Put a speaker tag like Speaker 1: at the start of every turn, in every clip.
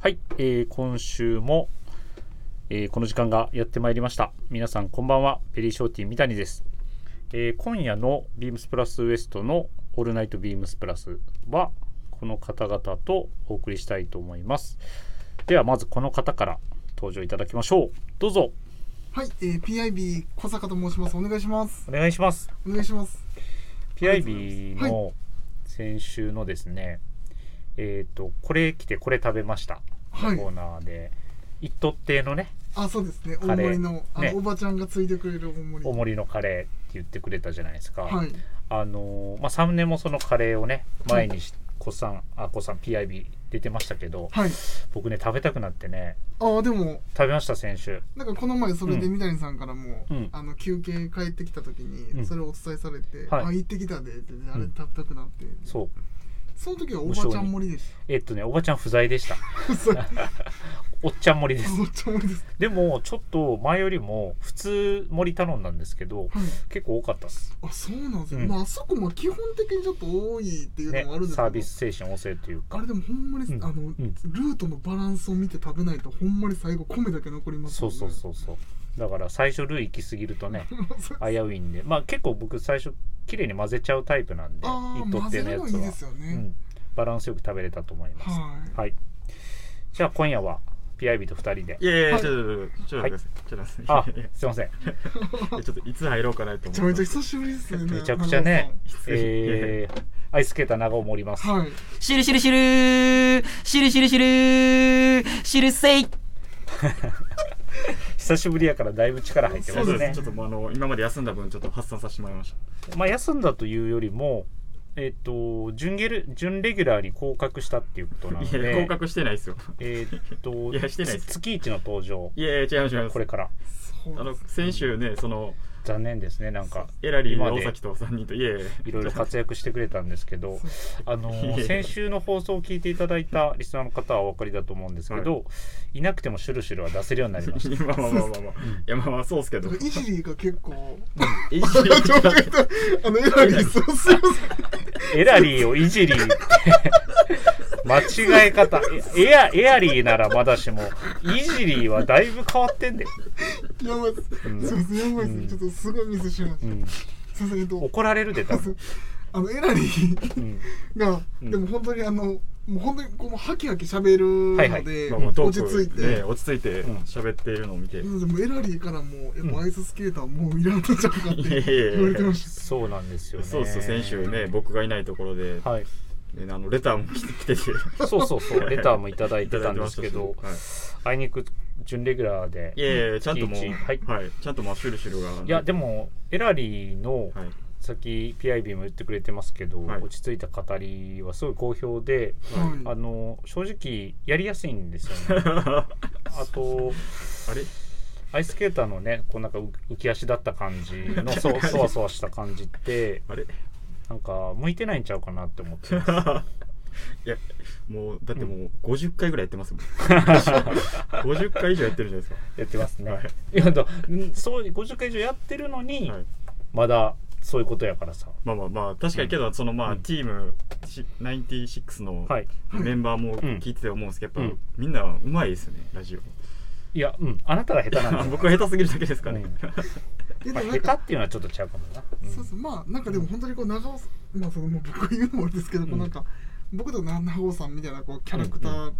Speaker 1: はい、えー今週も、えーこの時間がやってまいりました。皆さんこんばんは、ペリーショーティー三谷です。えー今夜のビームスプラスウエストのオールナイトビームスプラスはこの方々とお送りしたいと思います。ではまずこの方から登場いただきましょう。どうぞ
Speaker 2: はい、えー、PIB 小坂と申します。お願いします。
Speaker 1: お願いします。
Speaker 2: お願いします。
Speaker 1: PIB の先週のですね、えっ、とこれ来てこれ食べました
Speaker 2: は
Speaker 1: コー
Speaker 2: い。
Speaker 1: ナーで一特定のね
Speaker 2: あ、そうですね。大
Speaker 1: カレー
Speaker 2: 盛りの、あの、
Speaker 1: ね
Speaker 2: おばちゃんがついてくれる大盛り。
Speaker 1: 大盛りのカレーって言ってくれたじゃないですか、
Speaker 2: はい。
Speaker 1: あのーまあ、3年もそのカレーをね前にし子さんあ子さん PIB 出てましたけど
Speaker 2: はい。
Speaker 1: 僕ね食べたくなってね
Speaker 2: ああ、でも、
Speaker 1: 食べました先週
Speaker 2: なんかこの前それで
Speaker 1: うん
Speaker 2: 三谷さんからも、
Speaker 1: うん
Speaker 2: あの、休憩帰ってきた時
Speaker 1: うん
Speaker 2: に、それをお伝えされて、
Speaker 1: はい
Speaker 2: あ、行ってきたでって、あれ
Speaker 1: うん
Speaker 2: 食べたくなって。
Speaker 1: そう
Speaker 2: その時はおばちゃん盛りでし
Speaker 1: えっとねおばちゃん不在でした
Speaker 2: た。そうおば
Speaker 1: おっちゃん盛りです
Speaker 2: ちゃん盛りです。
Speaker 1: でもちょっと前よりも普通盛り頼んだんですけど
Speaker 2: はい。
Speaker 1: 結構多かったっす、
Speaker 2: あ、そうなんですね。
Speaker 1: うん
Speaker 2: まあ、あそこも基本的にちょっと多いっていうの
Speaker 1: ね
Speaker 2: もあるんですけど、
Speaker 1: サービス精神旺盛という
Speaker 2: あ
Speaker 1: か
Speaker 2: れでもほんまに、
Speaker 1: うん
Speaker 2: あの、
Speaker 1: ん
Speaker 2: ルートのバランスを見て食べないとほんまに最後米だけ残ります
Speaker 1: そう
Speaker 2: もんね
Speaker 1: そうそうそうだから最初ルー行き過ぎるとね
Speaker 2: そう
Speaker 1: 危ういんでまあ結構僕最初綺麗に混ぜちゃうタイプなんで
Speaker 2: ああ
Speaker 1: 一
Speaker 2: 混
Speaker 1: って
Speaker 2: ぜ
Speaker 1: の
Speaker 2: る
Speaker 1: や
Speaker 2: のい
Speaker 1: つ
Speaker 2: い
Speaker 1: は
Speaker 2: ですよ
Speaker 1: う
Speaker 2: ね、
Speaker 1: ん、バランスよく食べれたと思います
Speaker 2: は
Speaker 1: は
Speaker 2: い
Speaker 1: いじゃあ今夜は PIB と2人で
Speaker 3: いやい
Speaker 2: は
Speaker 3: や、
Speaker 2: い
Speaker 3: ちょっと、ちょっと待ってくださ
Speaker 1: あ
Speaker 3: い。ちょっと待ってくださいいやいや
Speaker 1: すいません
Speaker 3: いや。ちょっと、いつ入ろうかなと思って。
Speaker 2: めちゃめちゃ久しぶりですね
Speaker 1: めちゃくちゃね
Speaker 3: 失礼
Speaker 1: えー、アイスケーター長尾もおります
Speaker 2: 長野さんはい
Speaker 4: シルシルシルシルシルシルシルセイ
Speaker 1: 久しぶりやからだいぶ力入ってま
Speaker 3: そう
Speaker 1: す
Speaker 3: です
Speaker 1: ね
Speaker 3: ね。ちょっともうあの、今まで休んだ分、ちょっと発散させてもらいまし
Speaker 1: まあ休んだというよりもえっ、と準ゲル準レギュラーに降格したっていうことな
Speaker 3: た。
Speaker 1: の
Speaker 3: いやいや、降
Speaker 1: で
Speaker 3: 格してないですよ。
Speaker 1: えっ、と
Speaker 3: いやしてないです
Speaker 1: つ月一の登場
Speaker 3: いやいや、違います、違います。
Speaker 1: これから
Speaker 2: そう
Speaker 3: あの
Speaker 2: です、
Speaker 3: 先週ね、その、
Speaker 1: 残念ですねなんか
Speaker 3: エラリー
Speaker 1: 今
Speaker 3: の
Speaker 1: で
Speaker 3: 大崎と3人と、いやいやや
Speaker 1: いろいろ活躍してくれたんですけど
Speaker 2: そう、
Speaker 1: あの
Speaker 3: いやいや
Speaker 1: 先週の放送を聞いていただいたリスナーの方はお分かりだと思うんですけど、い、なくてもシュルシュルは出せるようになりま し
Speaker 3: まあまあまあまあまあ。いや、まあまあ、そうっすけど。
Speaker 2: なんかイジリーが結 構
Speaker 3: い じり
Speaker 2: ちょっと待ってあのエラリーそうすいま
Speaker 1: た。エラリーをいじりって間違え方えエア、エアリーならまだしも、イジリーはだいぶ変わってんだよ。
Speaker 2: せんやばいです
Speaker 1: う
Speaker 2: すい
Speaker 1: ん
Speaker 2: ませんやばいですちょっとすごいミスしまし
Speaker 1: う
Speaker 2: た
Speaker 1: ん
Speaker 2: すいませんえっと
Speaker 1: 怒られるで、多分。
Speaker 2: あのエラリー
Speaker 1: うん
Speaker 2: が
Speaker 3: うん
Speaker 2: でも本当にあのもう本当にこうハキハキ喋
Speaker 1: はい
Speaker 2: る
Speaker 1: はい
Speaker 2: ので
Speaker 3: まあまあ、ト
Speaker 2: 落ち
Speaker 3: ー
Speaker 2: 着
Speaker 3: ク
Speaker 2: いて、
Speaker 3: ね、落ち着いて
Speaker 1: うん
Speaker 3: 喋っているのを見て。い
Speaker 2: でもエラリーからも、え
Speaker 1: ん
Speaker 2: もうアイススケーターもういらんとちゃうかって
Speaker 3: やいや
Speaker 2: 言
Speaker 3: い
Speaker 2: われ
Speaker 3: や
Speaker 2: て
Speaker 3: いや
Speaker 2: ま。し
Speaker 1: そうなんですよね。
Speaker 3: そうそう、先週ね、。僕がいないところで、
Speaker 1: はい。
Speaker 3: ねあの、レターも来てきてて、
Speaker 1: そうそうそう、レターもいただいてたんですけ
Speaker 3: い
Speaker 1: ど
Speaker 3: ただいて、ましたしは
Speaker 1: あ
Speaker 3: い
Speaker 1: いにく準レギュラーで。
Speaker 3: いやいやいやちゃんともう、
Speaker 1: いちいちは
Speaker 3: はいい、ちゃんとまあ、シュルシュルが。
Speaker 1: いやで、もエラリーの
Speaker 3: はい。
Speaker 1: さっき PIB も言ってくれてますけど、
Speaker 3: はい
Speaker 1: 落ち着いた語りはすごい好評で、
Speaker 2: た。
Speaker 3: はい
Speaker 1: あの正直やりやすいんです よね
Speaker 3: あ
Speaker 1: あと
Speaker 3: れ
Speaker 1: アイスケーターのねこうなんか浮浮き足だった感じのそそわそわした感じって
Speaker 3: あれ
Speaker 1: なんか向いてないんちゃうかなって思ってます
Speaker 3: いや、もう、だってもう、50回ぐらいやってます もん。50回以上やってるじゃないですか。
Speaker 1: やってますね、
Speaker 3: はい
Speaker 1: い、やだんそう50回以上やってるのに、
Speaker 3: はい。
Speaker 1: まだそういうことやからさ
Speaker 3: まあまあまあ、確かにけど、そのまあ、
Speaker 1: うん
Speaker 3: チームし96の
Speaker 1: はい
Speaker 3: メンバーも
Speaker 1: ん
Speaker 3: 聞いてて思うんですけど、やっぱ、
Speaker 1: うん
Speaker 3: みんなうまいですね、ラジオ。
Speaker 1: いやうんあなたが下手なんだよ
Speaker 3: 僕は下手すぎるだけですかね。
Speaker 1: うん
Speaker 2: えで
Speaker 1: まあ
Speaker 2: もなん
Speaker 1: 下
Speaker 2: か
Speaker 1: 手っていうのはちょっとちゃうかもな、うん
Speaker 2: そうそうまあなんかでも本当にこう長尾さんまあそのもう僕が言うのもあれですけど、こうなんか僕とな長尾さんみたいなこうキャラクターっ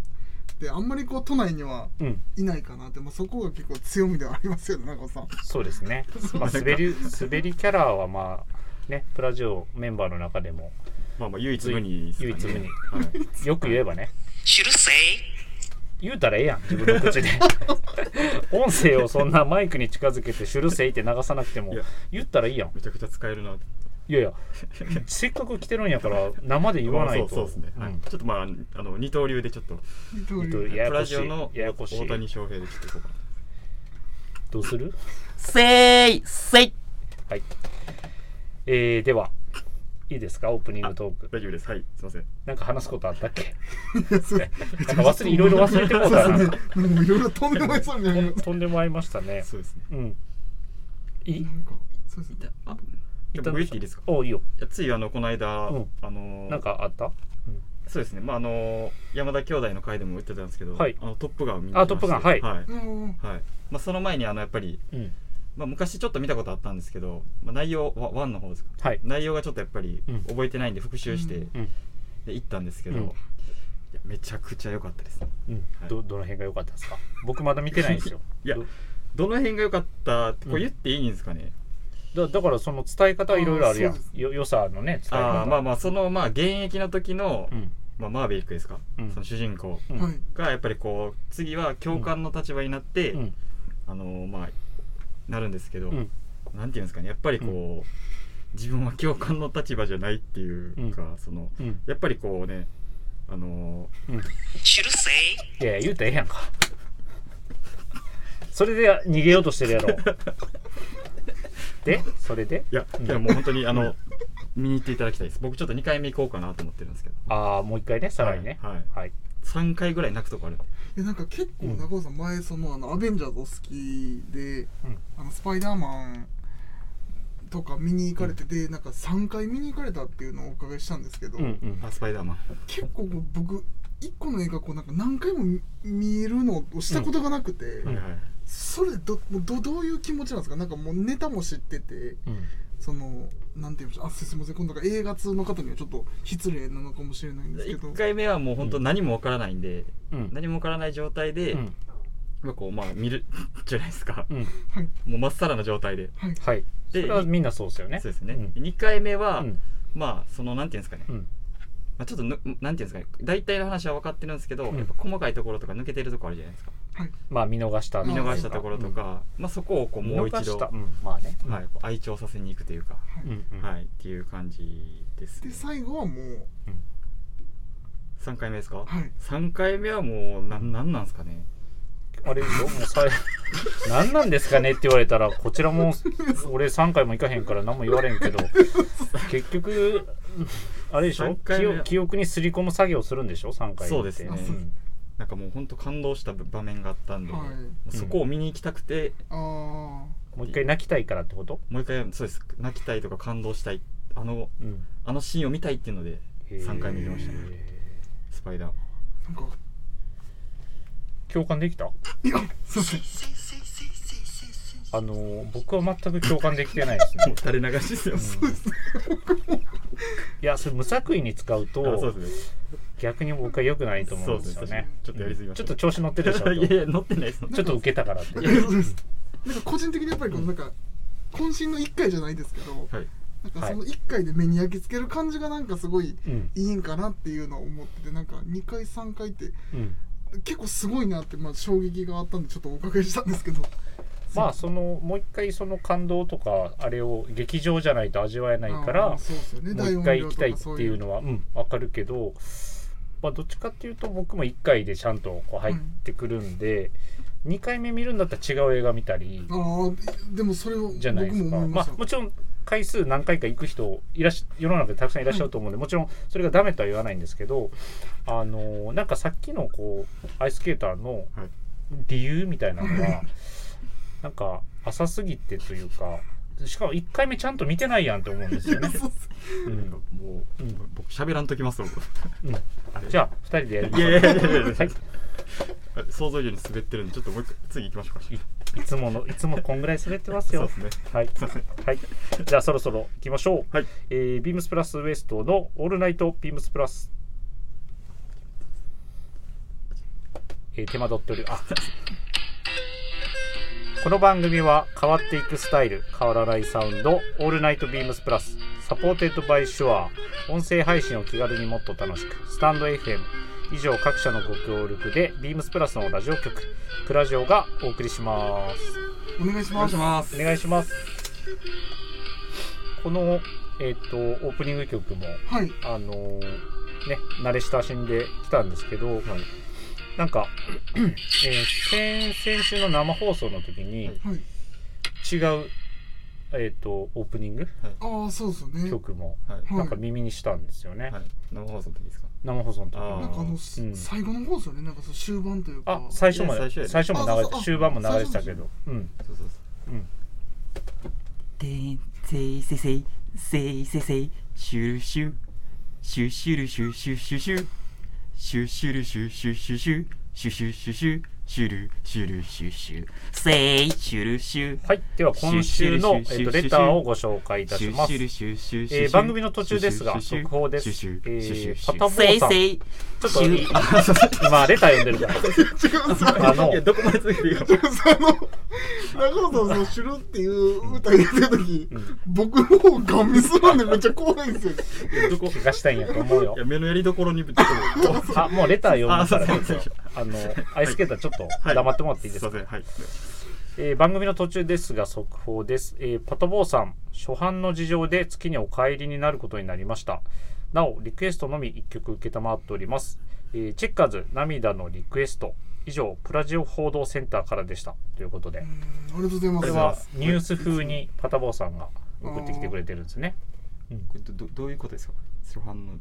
Speaker 2: てあんまりこう都内には
Speaker 1: うん
Speaker 2: いないかなって、まあ、そこが結構強みではありますよね長尾さん。
Speaker 1: そうですね
Speaker 2: そ。う
Speaker 1: まあ、滑り、滑りキャラはまあ、ね、プラジオメンバーの中でも、
Speaker 3: まあまあ、唯一無二ですかね。
Speaker 1: 唯一無二
Speaker 3: はい
Speaker 1: よく言えばね。言うたらええやん、自分の 口で。音声をそんなマイクに近づけて、シュルセイって流さなくても
Speaker 3: いや、
Speaker 1: 言ったらいいやん。
Speaker 3: めちゃくちゃ使えるなって。
Speaker 1: いやいや、せっかく来てるんやから、生で言わないと。
Speaker 3: そうそうですね、はい
Speaker 1: うん
Speaker 3: ちょっとまああの二刀流でちょっと
Speaker 2: 二刀
Speaker 1: えっと
Speaker 2: 流
Speaker 1: やや
Speaker 3: プ
Speaker 1: こ
Speaker 3: ラ
Speaker 1: し
Speaker 3: ジオの
Speaker 1: い。ややこしい
Speaker 3: 大。谷翔平でちょっとこうか
Speaker 1: どうする
Speaker 4: セイセイ
Speaker 1: はい。えー、では、いいですか、オープニングトーク。
Speaker 3: 大丈夫ですはいすいません
Speaker 1: なんか話すことあったっ け
Speaker 2: いやそうめ
Speaker 1: なんか
Speaker 2: ちゃく
Speaker 1: 忘れ、いろいろ忘れてもう たな。
Speaker 2: ちゃもういろいろとんでもないそうになります。
Speaker 1: とんでもありましたね。
Speaker 3: そうですね
Speaker 1: うん。い
Speaker 2: なんかそうですね。
Speaker 3: あ僕言っていいですか
Speaker 1: おいいよ。
Speaker 3: いやついあのこの間、
Speaker 1: うん
Speaker 3: あの
Speaker 1: なんかあった
Speaker 3: そうですねまああの山田兄弟の回でも言ってたんですけど、
Speaker 1: はい
Speaker 3: あのトップガンを見に
Speaker 1: あトップガンはい
Speaker 3: はい、
Speaker 2: うん
Speaker 3: はいまあ、その前にあのやっぱり、
Speaker 1: うん
Speaker 3: まあ、昔ちょっと見たことあったんですけど、まあ、内容ワワンの方ですか
Speaker 1: はい
Speaker 3: 内容がちょっとやっぱり
Speaker 1: うん
Speaker 3: 覚えてないんで復習して、
Speaker 2: うん
Speaker 1: うん
Speaker 3: で行ったんですけど、
Speaker 1: うん
Speaker 3: いやめちゃくちゃ良かったですね
Speaker 1: うん
Speaker 3: はい
Speaker 1: どどの辺が良かったですか僕まだ見てないんですよ
Speaker 3: いや
Speaker 1: ど
Speaker 3: どの辺が良かったってこ
Speaker 1: うん
Speaker 3: れ言っていいんですかね、
Speaker 1: だだからその伝え方はいろいろあるや
Speaker 2: あーそうんです
Speaker 1: よ良さのね伝え
Speaker 3: あ
Speaker 1: 方
Speaker 3: あまあまあそのまあ現役の時の、
Speaker 1: うん
Speaker 3: まあ、マーベリックですか、
Speaker 1: うん
Speaker 3: その主人公
Speaker 1: うん
Speaker 2: はい
Speaker 3: がやっぱりこう次は教官の立場になって、
Speaker 1: うん
Speaker 3: あのーまあなるんですけど、
Speaker 1: うん
Speaker 3: なんていうんですかねやっぱりこう、自分は教官の立場じゃないっていうか、その
Speaker 1: うん
Speaker 3: やっぱりこうねあの
Speaker 1: うん
Speaker 4: シルセイ
Speaker 1: いやいや言うたらええやんか それで逃げようとしてるやろでそれで
Speaker 3: ーいや、
Speaker 1: うん
Speaker 3: いやもう本当にあの、見に行っていただきたいです僕ちょっと2回目行こうかなと思ってるんですけど
Speaker 1: ああもう一回ねさらにね
Speaker 3: はいはい
Speaker 1: はい
Speaker 3: 3回ぐらい泣くとこある
Speaker 2: いやなんか結構中尾さん前そのあのアベンジャーズお好きで
Speaker 1: うん
Speaker 2: あのスパイダーマンとか見に行かれててなんか3回見に行かれたっていうのをお伺いしたんですけど
Speaker 1: うんうん
Speaker 3: あスパイダーマン
Speaker 2: 結構こう僕一個の映画こうなんか何回も見見るのをしたことがなくて、
Speaker 1: ん
Speaker 3: はいはい
Speaker 2: それどもうどどういう気持ちなんですかなんかもうネタも知ってて
Speaker 1: うん
Speaker 2: そのなんて言うんでしょうあすいません今度が映画通の方にはちょっと失礼なのかもしれないんですけど
Speaker 3: 1回目はもう本当何もわからないんで、
Speaker 1: うん
Speaker 3: 何もわからない状態で、
Speaker 1: うん
Speaker 3: まあこうまあ見るじゃないですか
Speaker 1: うん
Speaker 2: はい
Speaker 3: もうまっさらな状態で
Speaker 2: はい
Speaker 1: はいそ
Speaker 3: で
Speaker 1: れはみんなそうですよね
Speaker 3: そうですね、
Speaker 1: うん
Speaker 3: 2回目
Speaker 1: う
Speaker 3: は、
Speaker 1: ん
Speaker 3: まあそのなんていうんですかね、
Speaker 1: うん
Speaker 3: まあ、ちょっとぬなんていうんですかね大体の話は分かってるんですけど、
Speaker 1: うん
Speaker 3: やっぱ細かいところとか抜けてるところあるじゃないですか
Speaker 1: まあ見逃した
Speaker 2: うん
Speaker 3: 見逃したところとか、まあ、そこをこう
Speaker 1: うん
Speaker 3: もう
Speaker 1: 見逃
Speaker 3: 一
Speaker 1: し
Speaker 3: 度、
Speaker 1: たうんまあね
Speaker 3: はい、こう愛聴させに行くというか、
Speaker 1: うんうん
Speaker 3: はい、っていう感じです、ね
Speaker 2: で、最後はもう
Speaker 3: 3回目ですか、
Speaker 2: はい
Speaker 3: 3回目はもうななんなんですかね
Speaker 1: あれよもうさ 何なんですかねって言われたらこちらも俺3回も行かへんから何も言われんけど結局あれでしょ
Speaker 3: 三回
Speaker 1: 記
Speaker 3: 目
Speaker 1: 憶記憶にすり込む作業するんでしょ3回目って
Speaker 3: そうですね
Speaker 1: ん
Speaker 3: なんかもう本当感動した場面があったんで、
Speaker 2: はい
Speaker 3: そこを見に行きたくて、
Speaker 2: あ
Speaker 1: もう一回泣きたいからってこと、
Speaker 3: もう一回そうです泣きたいとか感動したいあの
Speaker 1: うん、
Speaker 3: あのシーンを見たいっていうので3回目行きましたね
Speaker 1: へ
Speaker 3: スパイダーマン
Speaker 2: ーなんか
Speaker 1: ー共感できた
Speaker 2: いやすいません
Speaker 1: あのー僕は全く共感できてないですね、
Speaker 3: 垂れ流しですよ、
Speaker 1: うんいやそれ無作為に使う
Speaker 3: あそう
Speaker 1: と
Speaker 3: ですね
Speaker 1: 逆に僕は良くないと思うんですよ
Speaker 3: そう
Speaker 1: ね
Speaker 3: ちょっとやりすぎ
Speaker 1: う
Speaker 3: ま
Speaker 1: ん
Speaker 3: し
Speaker 1: ちょ
Speaker 3: た
Speaker 1: っと調子乗ってるでしょ
Speaker 3: いやいや乗ってないです乗って
Speaker 1: ちょっと受けたからって
Speaker 3: ないです
Speaker 2: なんか個人的にやっぱりこのなんか渾身の1回じゃないですけど
Speaker 3: はい
Speaker 2: なんかその1回で目に焼き付ける感じがなんかすごい
Speaker 1: うん
Speaker 2: いいんかなっていうのを思っててなんか2回3回って
Speaker 1: うん
Speaker 2: 結構すごいなって、まあ、衝撃があったんでちょっとお伺いしたんですけど
Speaker 1: まあそのもう一回その感動とかあれを劇場じゃないと味わえないから
Speaker 2: あーそうですよね
Speaker 1: もう一回行きたいっていうのはうんわかるけど、まあ、どっちかっていうと僕も1回でちゃんとこう入ってくるんで、2回目見るんだったら違う映画見たり
Speaker 2: 大音量とかそういうああでもそれを
Speaker 1: じゃ
Speaker 2: 僕
Speaker 1: ないです
Speaker 2: も
Speaker 1: か
Speaker 2: 思い
Speaker 1: ま
Speaker 2: ま
Speaker 1: あ
Speaker 2: した、
Speaker 1: もちろん回数何回か行く人いらっし世の中でたくさんいらっしゃると思うんで、もちろんそれがダメとは言わないんですけどあのーなんかさっきのこうアイスケーターの
Speaker 3: はい
Speaker 1: 理由みたいなのが、 なんか浅すぎてというかしかも1回目ちゃんと見てないやんって思うんです よね。
Speaker 2: そう
Speaker 1: う
Speaker 3: なんか
Speaker 1: ん
Speaker 3: もう、
Speaker 1: うん
Speaker 3: 僕喋らんときます僕
Speaker 1: うん
Speaker 3: あれ
Speaker 1: じゃあ2人でやりま
Speaker 3: い
Speaker 1: しょ
Speaker 3: や
Speaker 1: う
Speaker 3: いやいやいやいや
Speaker 1: はい
Speaker 3: あれ想像以上に滑ってるんでちょっともう一回次行きましょうか
Speaker 1: いいつものいつもこんぐらい滑ってます
Speaker 3: そう
Speaker 1: よ
Speaker 3: で。すね
Speaker 1: はい
Speaker 3: すいません
Speaker 1: はい。じゃあそろそろ行きましょう。
Speaker 3: はい
Speaker 1: えービームスプラスウエストのオールナイトビームスプラス。えー手間取っておりあ。 この番組は変わっていくスタイル変わらないサウンドオールナイトビームスプラスサポーテッドバイシュアー音声配信を気軽にもっと楽しくスタンド FM 以上各社のご協力でビームスプラスのラジオ局クラジオがお送りします
Speaker 2: お願いします
Speaker 1: お願いしますこの、えっとオープニング曲も
Speaker 2: はい
Speaker 1: あのーね慣れ親しんできたんですけど、なんか、えー先先週の生放送の時に
Speaker 3: はい
Speaker 2: はい
Speaker 1: 違う、えっとオープニング
Speaker 2: ああそうですよね
Speaker 1: 曲も
Speaker 3: はい、
Speaker 2: はい
Speaker 1: なんか耳にしたんですよね、
Speaker 3: はい、生放送の時ですか
Speaker 1: 生放送の時
Speaker 3: あー
Speaker 2: なんかあの、
Speaker 1: うん
Speaker 2: 最後の方ですよねなんかその終盤というか
Speaker 1: あ最初ま
Speaker 3: いや
Speaker 1: で
Speaker 3: 最初やね
Speaker 1: 最初も流れ
Speaker 2: あそう
Speaker 1: て
Speaker 2: そう
Speaker 1: 終盤も流れてたけどうん
Speaker 3: そうそう
Speaker 1: うん
Speaker 4: てんせいせいせいせいせいせいシュルシュシュシュルシュシュシュシュシュシュルシュシュシュシュシュシュシュシュシュルシュルシュシュセイシュルシュ
Speaker 1: はい、では今週の、えっと、レターをご紹介いたします。えー番組の途中ですが、速報です。えー、パタボ
Speaker 4: セ
Speaker 1: ー
Speaker 4: イ
Speaker 1: さん、
Speaker 4: セ
Speaker 1: ち
Speaker 4: イ
Speaker 1: ょっ とい今、レター読んでるから。
Speaker 2: 違うさ
Speaker 1: あの
Speaker 3: いや、どこまで続けていい
Speaker 2: あ
Speaker 3: か。
Speaker 2: の中尾さんその「シュル」っていう歌入れてる時、
Speaker 1: ん
Speaker 2: 僕の方ガン見するんでめっちゃ怖いんですよ
Speaker 3: どこ
Speaker 1: 怪我したいんやと思うよ
Speaker 3: いや、。目のやりどころに、どこ
Speaker 1: あ、もうレター読むから
Speaker 3: あそうそうそう、
Speaker 1: あの、アイスケーターちょっと
Speaker 3: はい
Speaker 1: 黙ってもらっていいですか
Speaker 3: すいません、はい。
Speaker 1: えー番組の途中ですが速報です、えーパトボーさん初版の事情で月にお帰りになることになりましたなおリクエストのみ1曲承っております、えーチェッカーズ涙のリクエスト以上プラジオ報道センターからでしたということで
Speaker 2: うんありがとうございま
Speaker 1: こ
Speaker 2: す
Speaker 1: れはニュース風にパタボーさんが送ってきてくれてるんですね
Speaker 3: どどどういうことですか初版の。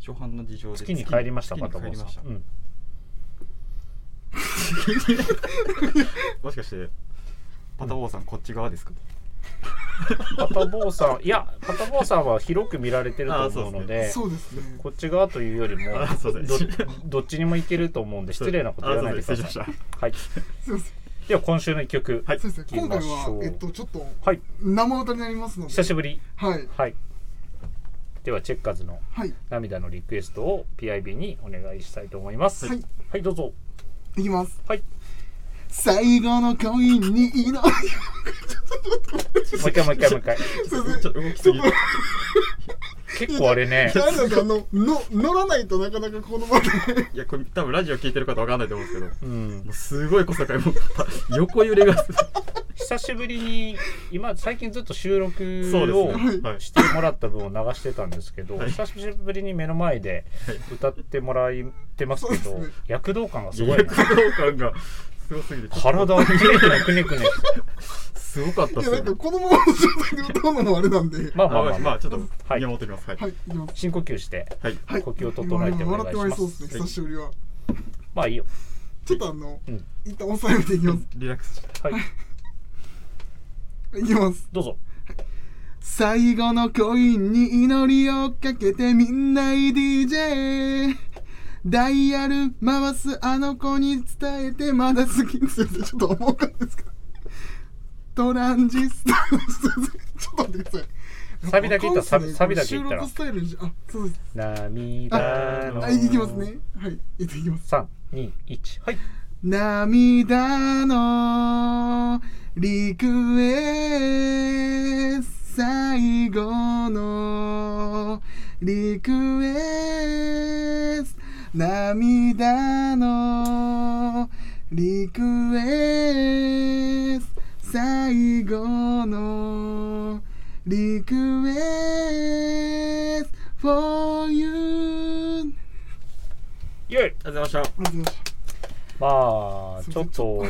Speaker 3: 初版の事情で。
Speaker 1: 月に帰りました
Speaker 3: 月
Speaker 1: パ
Speaker 3: に
Speaker 1: タボ
Speaker 3: 帰
Speaker 1: ー
Speaker 3: り
Speaker 1: さ
Speaker 3: ました
Speaker 1: ん、うん、
Speaker 3: もしかして、パタボーさん、こっち側ですか
Speaker 1: パタボーさんいやパタボーさんは広く見られてると思うので
Speaker 2: そうですね
Speaker 1: こっち側というよりも
Speaker 3: あそうで
Speaker 1: ど
Speaker 3: す
Speaker 1: どっちにもいけると思うんで失礼なこと言わないでください
Speaker 3: あ。そうです失礼しまし
Speaker 1: はい、
Speaker 2: すいません
Speaker 1: では今週の一曲、
Speaker 3: はい
Speaker 2: そうですね
Speaker 1: 行き
Speaker 2: 今回
Speaker 1: ましょう
Speaker 2: はえっとちょっと
Speaker 1: はい
Speaker 2: 生歌になりますので
Speaker 1: 久しぶり、
Speaker 2: はい
Speaker 1: はい、ではチェッカーズの
Speaker 2: はい
Speaker 1: 「涙のリクエスト」を PIB にお願いしたいと思います。
Speaker 2: はい、
Speaker 1: はい、どうぞ。
Speaker 2: いきます
Speaker 1: はい、も
Speaker 2: 最後の恋に祈る
Speaker 1: う一回もう一回もう一回。
Speaker 2: すいま
Speaker 3: た
Speaker 2: せん
Speaker 3: ちょっと動きすぎ。
Speaker 1: 結構あれ ね
Speaker 2: じ、ゃああれなんですあのの乗らないとなかなかこの場で
Speaker 3: いや、これ多分ラジオ聞いてる方わかんないと思うんですけど、も
Speaker 1: うん、
Speaker 3: うすごい小坂も う横揺れがす
Speaker 1: 久しぶりに今最近ずっと収録
Speaker 3: そうです
Speaker 1: を
Speaker 3: ね。はい。
Speaker 1: してもらった分を流してたんですけど、
Speaker 3: はい
Speaker 1: 久しぶりに目の前で歌ってもらってますけど、
Speaker 2: そうですね
Speaker 1: 躍動感がすごいね
Speaker 3: 躍。動感がすごすぎて、
Speaker 1: 体をくねくねくねくねし て
Speaker 3: すごかったっ
Speaker 2: い
Speaker 3: す
Speaker 2: や
Speaker 3: よ
Speaker 2: なんか。
Speaker 3: ね
Speaker 2: このままの状態で歌うのもあれなんで
Speaker 1: まあま
Speaker 3: あ
Speaker 1: あまあ、
Speaker 3: まあ、
Speaker 1: ま
Speaker 3: ま
Speaker 1: あ、
Speaker 3: あ、ちょっと
Speaker 1: はい
Speaker 3: 見守ってみます。はい。
Speaker 2: はいいきます
Speaker 1: 深呼吸して
Speaker 3: はい。
Speaker 2: はい
Speaker 1: 呼吸を整えてお願いします
Speaker 2: 笑って笑いそうですね久しぶりは
Speaker 1: まあいいよ
Speaker 2: ちょっとあの
Speaker 1: うん
Speaker 2: 一旦抑えていきます
Speaker 3: リラックスして。
Speaker 1: はい
Speaker 2: いきます
Speaker 1: どうぞ
Speaker 2: 最後の恋に祈りをかけてみんない DJ ダイヤル回すあの子に伝えてまだ好きですよねちょっと思うかんですけどトランジスタちょっと待ってください
Speaker 1: サビだけいったらサビ
Speaker 2: わ
Speaker 1: サ
Speaker 2: かん
Speaker 1: ビ
Speaker 2: っ
Speaker 1: だ
Speaker 2: す
Speaker 1: けい
Speaker 2: ね
Speaker 1: ったら
Speaker 2: 収録スタイルじゃあそうです
Speaker 1: 涙の
Speaker 2: あ、いきますね。はい、いってきます。
Speaker 1: 三二一はい
Speaker 2: 涙のリクエスト最後のリクエスト涙のリクエスト最後のリクエスト for you
Speaker 1: イエイ
Speaker 3: ありがとうございまし
Speaker 2: まず
Speaker 1: まあちょっと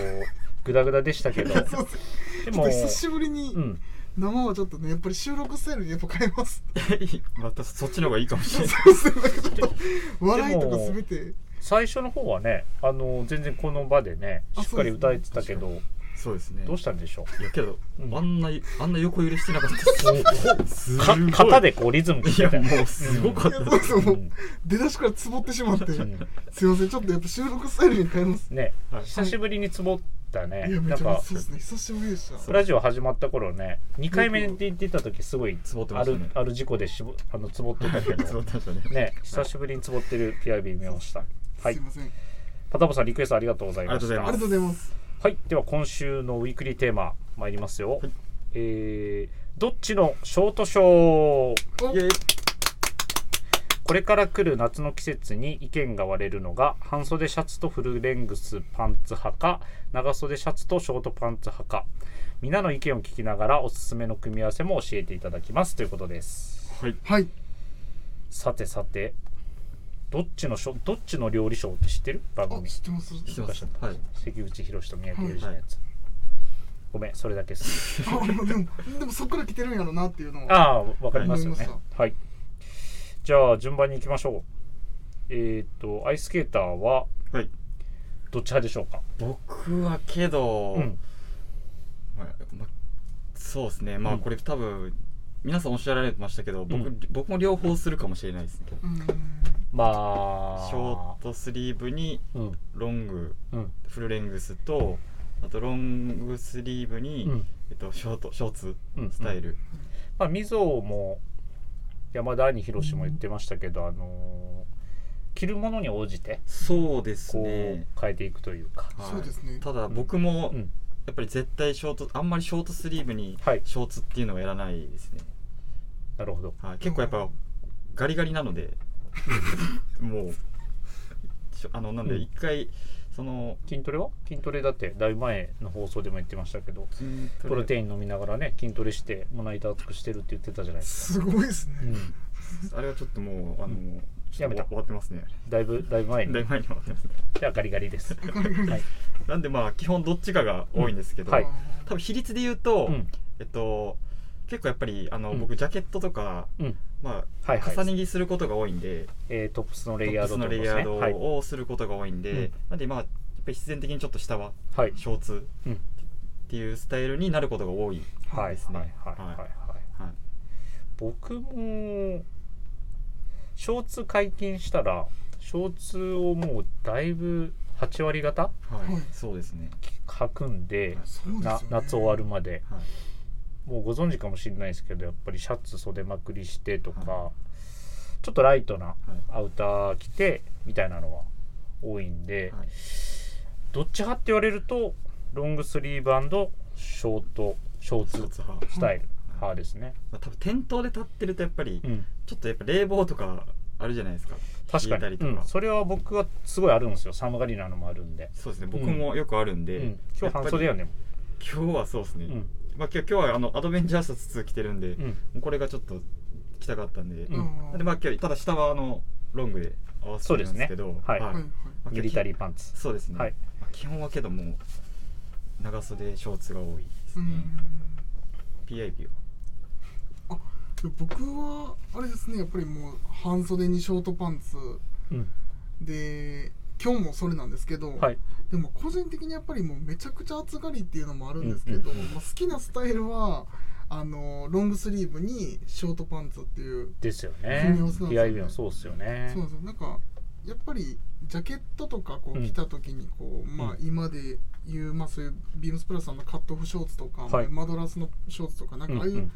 Speaker 1: グダグダでしたけど
Speaker 2: そうです
Speaker 1: で
Speaker 2: ちょ
Speaker 1: も
Speaker 2: っと久しぶりに
Speaker 1: うん
Speaker 2: 生はちょっとねやっぱり収録スタイルにやっぱ変え ます
Speaker 3: た。 またそっちの方がいいかもしれない。
Speaker 2: そうですねなんかちょっと笑いとか全て
Speaker 1: 最初の方はねあの全然この場でねし
Speaker 2: あ
Speaker 1: っかり歌えてたけど
Speaker 3: そうですね。
Speaker 1: どうしたんでしょ
Speaker 3: いやけど、
Speaker 1: うん
Speaker 3: あんな、あんな横揺れしてなかった
Speaker 1: う
Speaker 3: っす。す
Speaker 1: か
Speaker 3: ごい
Speaker 1: 肩。でこうリズム聞い
Speaker 3: い
Speaker 1: て
Speaker 3: や、
Speaker 1: たよ
Speaker 3: もうすごか
Speaker 2: い
Speaker 3: っ
Speaker 2: や
Speaker 3: た。
Speaker 2: そうそう
Speaker 1: う
Speaker 2: もうん出だしからつぼってしまってすい
Speaker 1: うん
Speaker 2: ませんちょっとやっぱ収録スタイルに変えます
Speaker 1: ね
Speaker 3: はい
Speaker 1: 久しぶりにつぼったね
Speaker 2: いやめ
Speaker 1: なん
Speaker 2: ちゃ
Speaker 1: か
Speaker 2: そうですね久しぶりでした
Speaker 1: ラジオ始まった頃ね2回目で出た時すごい
Speaker 3: つぼって
Speaker 1: あ
Speaker 3: ました
Speaker 1: る
Speaker 3: ね
Speaker 1: ある事故でしぼあのつぼってたけ
Speaker 3: はいつ
Speaker 1: ど
Speaker 3: ぼってましたね。
Speaker 1: ね久しぶりにつぼってる PIB 見ましたは
Speaker 2: す
Speaker 1: い
Speaker 2: いませんあ
Speaker 1: パタボさんリクエストありがとうございまし
Speaker 3: ありがとうござい
Speaker 1: た
Speaker 2: り
Speaker 3: ま
Speaker 2: がとうございます
Speaker 1: はいでは今週のウィークリーテーマ参りますよ、
Speaker 3: はい
Speaker 1: えーどっちのショートショー
Speaker 2: お
Speaker 3: イエイ
Speaker 1: これから来る夏の季節に意見が割れるのが半袖シャツとフルレングスパンツ派か長袖シャツとショートパンツ派か皆の意見を聞きながらおすすめの組み合わせも教えていただきますということです
Speaker 3: はい。
Speaker 2: はい
Speaker 1: さてさてどっちのショどっちの料理ショーって知ってる番
Speaker 2: あ
Speaker 1: 組
Speaker 2: 知ってます
Speaker 3: 知ってます。はい。
Speaker 1: 関口宏と三宅裕司のやつ、ごめんそれだけです
Speaker 2: あでもでもそっから来てるんやろなっていうのは
Speaker 1: ああわかりますよね
Speaker 2: 思いま
Speaker 1: はいじゃあ順番に行きましょうえっ、とアイスケーターは
Speaker 3: はい。
Speaker 1: どっち派でしょうか
Speaker 3: 僕はけど、
Speaker 1: うん
Speaker 3: まあまあそうですねまあ
Speaker 1: うん
Speaker 3: これ多分皆さんおっしゃられてましたけど僕,、
Speaker 1: うん
Speaker 3: 僕も両方するかもしれないですね
Speaker 1: まあ
Speaker 3: ショートスリーブに
Speaker 1: うん
Speaker 3: ロング
Speaker 1: うん
Speaker 3: フルレングスとあとロングスリーブに、
Speaker 1: うん
Speaker 3: えっと、ショートショーツ
Speaker 1: うん
Speaker 3: スタイル、
Speaker 1: まあ溝も山田兄博士も言ってましたけど、あのー着るものに応じて
Speaker 3: そうです
Speaker 1: こう
Speaker 3: ね
Speaker 1: 変えていくというか、
Speaker 3: はい
Speaker 2: そうですね
Speaker 3: ただ僕も
Speaker 1: うん
Speaker 3: やっぱり絶対ショートあんまりショートスリーブに
Speaker 1: はい
Speaker 3: ショーツっていうのはやらないですね、
Speaker 1: なるほど
Speaker 3: はい、結構やっぱガリガリな のでもうしょあのなんで
Speaker 1: うん
Speaker 3: 一回その
Speaker 1: 筋トレは筋トレだってだいぶ前の放送でも言ってましたけど
Speaker 3: 筋
Speaker 1: プロ
Speaker 3: イ
Speaker 1: テイン飲みながらね筋トレして胸板厚くしてるって言ってたじゃないですか、
Speaker 2: すごいです
Speaker 1: う
Speaker 2: ね
Speaker 1: ん、
Speaker 3: ンあれはちょっともうあの、ちょ
Speaker 1: や
Speaker 3: っ
Speaker 1: め
Speaker 3: と
Speaker 1: た
Speaker 3: 終わってますね
Speaker 1: だいぶだいぶ前に
Speaker 3: だいぶ前に終わってますね
Speaker 1: じゃあガリガリです、はい
Speaker 3: なんでまあ基本どっちかが多いんですけど、
Speaker 1: うんはい
Speaker 3: 多分比率で言うと、
Speaker 1: うん
Speaker 3: えっと結構やっぱりあの、
Speaker 1: うん
Speaker 3: 僕ジャケットとか、
Speaker 1: うん、
Speaker 3: まあ、
Speaker 1: はいはい
Speaker 3: 重ね着することが多いんで
Speaker 1: えートップスの
Speaker 3: ト
Speaker 1: レイ
Speaker 3: ッ
Speaker 1: ヤード
Speaker 3: プス
Speaker 1: ってこ
Speaker 3: の
Speaker 1: と
Speaker 3: レイ
Speaker 1: です
Speaker 3: ヤ
Speaker 1: ね
Speaker 3: ード
Speaker 1: はい、
Speaker 3: をすることが多いんで、
Speaker 1: うん
Speaker 3: なんでまあやっぱり必然的にちょっと下は
Speaker 1: はい
Speaker 3: ショーツ
Speaker 1: うん
Speaker 3: っていうスタイルになることが多い、
Speaker 1: はいはい
Speaker 3: ですね
Speaker 1: はいはいはい、
Speaker 3: はい、
Speaker 1: 僕もショーツ解禁したらショーツをもうだいぶ8割方
Speaker 3: はい
Speaker 2: はい
Speaker 3: そうですね、
Speaker 1: 履くんで
Speaker 2: そうですよ
Speaker 1: な
Speaker 2: ね
Speaker 1: 夏終わるまで
Speaker 3: はい、
Speaker 1: もうご存知かもしれないですけどやっぱりシャツ袖まくりしてとか、
Speaker 3: は
Speaker 1: ちょっとライトな
Speaker 3: はい
Speaker 1: アウター着てみたいなのは多いんで、
Speaker 3: はい
Speaker 1: どっち派って言われるとロングスリーブショートショー
Speaker 3: ショー
Speaker 1: ツ
Speaker 3: ツ派、ま
Speaker 1: スタイル派ですね、
Speaker 3: あ、多分店頭で立ってるとやっぱり、
Speaker 1: うん、
Speaker 3: ちょっとやっぱ冷房とかあるじゃないですか
Speaker 1: 確
Speaker 3: 冷え
Speaker 1: か
Speaker 3: た
Speaker 1: に
Speaker 3: りとか、
Speaker 1: うん、それは僕はすごいあるんですよ寒がりなのもあるんで、
Speaker 3: そうですね僕もよくあるんで、
Speaker 1: うん、今日半袖
Speaker 3: や
Speaker 1: や
Speaker 3: っぱ
Speaker 1: ね
Speaker 3: り今日はそうですね、
Speaker 1: うん
Speaker 3: まあ、今日今日はあのアドベンチャーシャツ2着てるんで、
Speaker 1: う
Speaker 3: も
Speaker 1: ん
Speaker 3: うこれがちょっと着たかったんで、
Speaker 1: うん
Speaker 3: なんでまあ今日ただ下はあのロングで合わせてるんですけど
Speaker 1: そうですねはい
Speaker 2: はいはい
Speaker 3: まあ
Speaker 1: ミリタリーパンツ
Speaker 3: そうですね、
Speaker 1: はい
Speaker 3: まあ基本はけどもう長袖ショーツが多いです
Speaker 2: う
Speaker 3: ね、
Speaker 2: ん
Speaker 3: PIB は
Speaker 2: 僕はあれですねやっぱりもう半袖にショートパンツ
Speaker 1: うん
Speaker 2: で今日もそれなんですけど、
Speaker 1: はい
Speaker 2: でも個人的にやっぱりもうめちゃくちゃ暑がりっていうのもあるんですけど、
Speaker 1: うんうんうん
Speaker 2: まあ、好きなスタイルはあのロングスリーブにショートパンツっていう、
Speaker 1: ですよ
Speaker 2: 組
Speaker 1: ね
Speaker 2: み合わせなんですよね
Speaker 1: PIB もそうっすよね
Speaker 2: そうなんですよなんかやっぱりジャケットとかこ
Speaker 1: う
Speaker 2: うん着た時にこう、まあ今で言う、まあ、そういうビームスプラスさんのカットオフショーツとか、
Speaker 1: はい
Speaker 2: マドラスのショーツとかなんかああいううん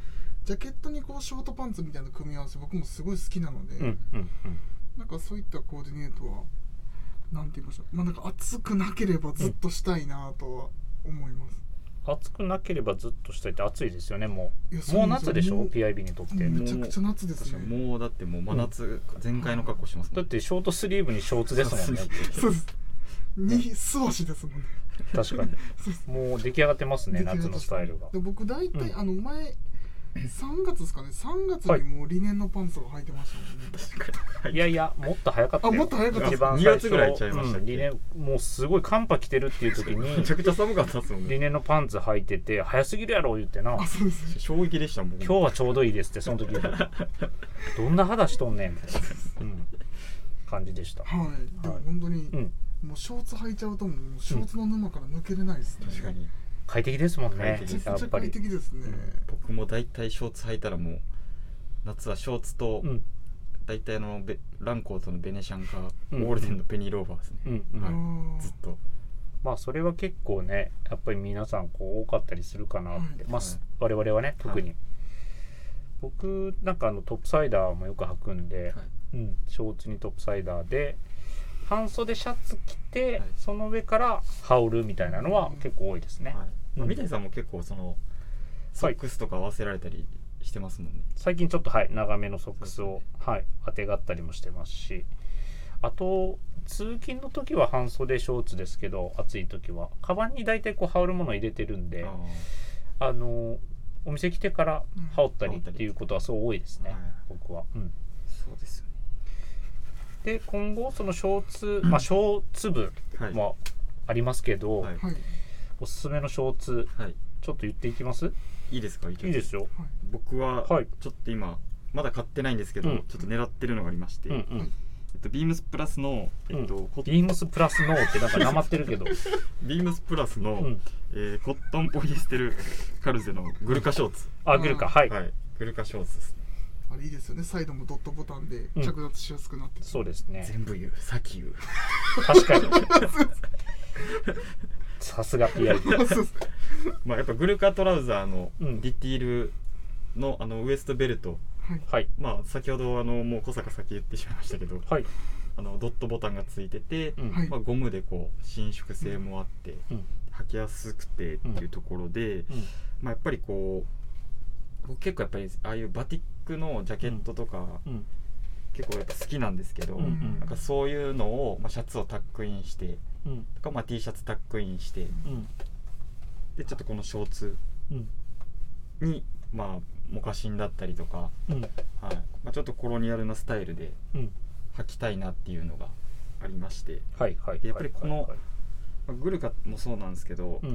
Speaker 2: ジャケットにこうショートパンツみたいな組み合わせ僕もすごい好きなので、
Speaker 1: うんうんうん
Speaker 2: なんかそういったコーディネートはなんて言いましょうまあなんか暑くなければずっとしたいなとは思います、
Speaker 1: 暑くなければずっとしたいって暑いですよねも
Speaker 2: いや
Speaker 1: う
Speaker 2: そう
Speaker 1: もう
Speaker 2: なんです
Speaker 1: 夏
Speaker 2: よ
Speaker 1: でしょ
Speaker 2: もう
Speaker 1: PIB にとって、
Speaker 2: めちゃくちゃ夏です
Speaker 3: 確か
Speaker 2: ね
Speaker 3: にもうだってもう真夏全開の格好してますも
Speaker 1: だ
Speaker 3: ん、
Speaker 1: ってショートスリーブにショーツですもんね
Speaker 2: そうですに素足ですもんね
Speaker 1: 確かにもう出来上がってますね
Speaker 2: 出来上
Speaker 1: 夏
Speaker 2: がって
Speaker 1: の
Speaker 2: ます
Speaker 1: スタイルが
Speaker 2: で僕大体、
Speaker 1: うん
Speaker 2: あの前3月ですかね3月
Speaker 1: はい
Speaker 2: にもうリネンのパンツを履いてましたもんね、
Speaker 1: いやいやもっと早かったよ
Speaker 2: あもっと早かった
Speaker 1: 一番
Speaker 3: 二
Speaker 1: 最
Speaker 3: 月
Speaker 1: 初
Speaker 3: ぐらいちゃいましたっけ
Speaker 1: うんリネンもうすごい寒波来てるっていう時に
Speaker 3: めちゃくちゃ寒かったですもん
Speaker 1: リ
Speaker 3: ね
Speaker 1: ネンのパンツ履いてて早すぎるやろ言ってな
Speaker 2: あそうです
Speaker 3: 衝撃でしたもん
Speaker 1: 今日はちょうどいいですってその時言う のどんな肌しとんねんみたいな、うん、感じでした
Speaker 2: はいでも本当に、
Speaker 1: うん
Speaker 2: もうショーツ履いちゃうともうショーツの沼から抜けれないですね、
Speaker 3: 確かに
Speaker 1: 快適ですもん
Speaker 3: 快
Speaker 1: ね
Speaker 2: め
Speaker 3: 適
Speaker 2: ち
Speaker 1: や
Speaker 2: ゃく
Speaker 1: っ
Speaker 2: ちゃ
Speaker 1: ぱ
Speaker 2: 快
Speaker 1: り
Speaker 2: 適ですね、
Speaker 3: 僕も大体ショーツ履いたらもう夏はショーツと
Speaker 1: うん
Speaker 3: 大体あのベランコートのベネシャンか
Speaker 1: うん
Speaker 3: オールデンのペニーローファーですね、
Speaker 1: うんうん、
Speaker 3: は
Speaker 2: あ
Speaker 3: い
Speaker 2: ー
Speaker 3: ずっと
Speaker 1: まあそれは結構ねやっぱり皆さんこう多かったりするかなって、
Speaker 2: はい
Speaker 1: まあ、す我々はね特に、
Speaker 3: は
Speaker 1: 僕なんかあのトップサイダーもよく履くんで、
Speaker 3: は
Speaker 1: う
Speaker 3: い
Speaker 1: ん、ショーツにトップサイダーで半袖シャツ着て、
Speaker 3: はい
Speaker 1: その上から羽織るみたいなのは結構多いですね、
Speaker 3: はい
Speaker 1: う
Speaker 3: まあ
Speaker 1: ん
Speaker 3: 三谷さんも結構そのソックスとか合わせられたりしてますもんね、
Speaker 1: 最近ちょっとはい長めのソックスを、はい、あてがったりもしてますしあと通勤の時は半袖ショーツですけど暑い時はカバンに大体こう羽織るものを入れてるんで
Speaker 3: あ
Speaker 1: あのお店来てから羽織ったり
Speaker 3: うん
Speaker 1: っ
Speaker 3: 羽織ったり
Speaker 1: ていうことはそう多いですね、
Speaker 3: はい
Speaker 1: 僕は、うん、
Speaker 3: あそうですよね
Speaker 1: で今後そのショーツ、 まあ、ショーツ部
Speaker 3: はい
Speaker 1: もありますけど、
Speaker 3: はい、
Speaker 2: はい
Speaker 1: おすすめのショーツ
Speaker 3: はい、
Speaker 1: ちょっと言っていきます
Speaker 3: いいですかい
Speaker 1: いいですよ
Speaker 3: 僕は
Speaker 1: はい
Speaker 3: ちょっと今まだ買ってないんですけど、
Speaker 1: うん
Speaker 3: ちょっと狙ってるのがありまして、
Speaker 1: うんうん
Speaker 3: えっと、ビームスプラスの、えっと
Speaker 1: うん
Speaker 3: コッ
Speaker 1: ビームスプラスノーってなんかなまってる けど、
Speaker 3: ビームスプラスの、
Speaker 1: うん、
Speaker 3: えーコットンポリエステルカルゼのグルカショーツ、
Speaker 1: あグルカはい、
Speaker 3: はい、古川ショーツですね
Speaker 2: あれいいですよねサイドもドットボタンで
Speaker 1: うん
Speaker 2: 着脱しやすくなってて、
Speaker 1: そうですね
Speaker 3: 全部言う先言う
Speaker 1: 確 かにさすが PR
Speaker 2: そうそう
Speaker 3: まあやっぱグルカトラウザーの
Speaker 1: うん
Speaker 3: ディティールのあのウエストベルト
Speaker 1: はい
Speaker 3: まあ先ほどあのもう小坂先言ってしまいましたけど
Speaker 1: はい、
Speaker 3: あのドットボタンがついてて、
Speaker 1: うん
Speaker 2: はい
Speaker 3: まあ、ゴムでこう伸縮性もあって、
Speaker 1: うん
Speaker 3: 履きやすくてっていうところで、
Speaker 1: うん
Speaker 3: まあ、やっぱりこう僕結構やっぱりああいうバティックのジャケットとか、
Speaker 1: うん
Speaker 3: 結構やっぱ好きなんですけど、
Speaker 1: うんうん
Speaker 3: なんかそういうのを、まあ、シャツをタックインして
Speaker 1: うん
Speaker 3: とか、まあ、T シャツタックインして
Speaker 1: うん
Speaker 3: でちょっとこのショーツ
Speaker 1: うん
Speaker 3: に、まあ、モカシンだったりとか、
Speaker 1: うん
Speaker 3: はいまあ、ちょっとコロニアルなスタイルで
Speaker 1: うん
Speaker 3: 履きたいなっていうのがありまして、
Speaker 1: はいはい
Speaker 3: でやっぱりこの
Speaker 1: はいはい
Speaker 3: まあ、グルカもそうなんですけど、
Speaker 1: はいうん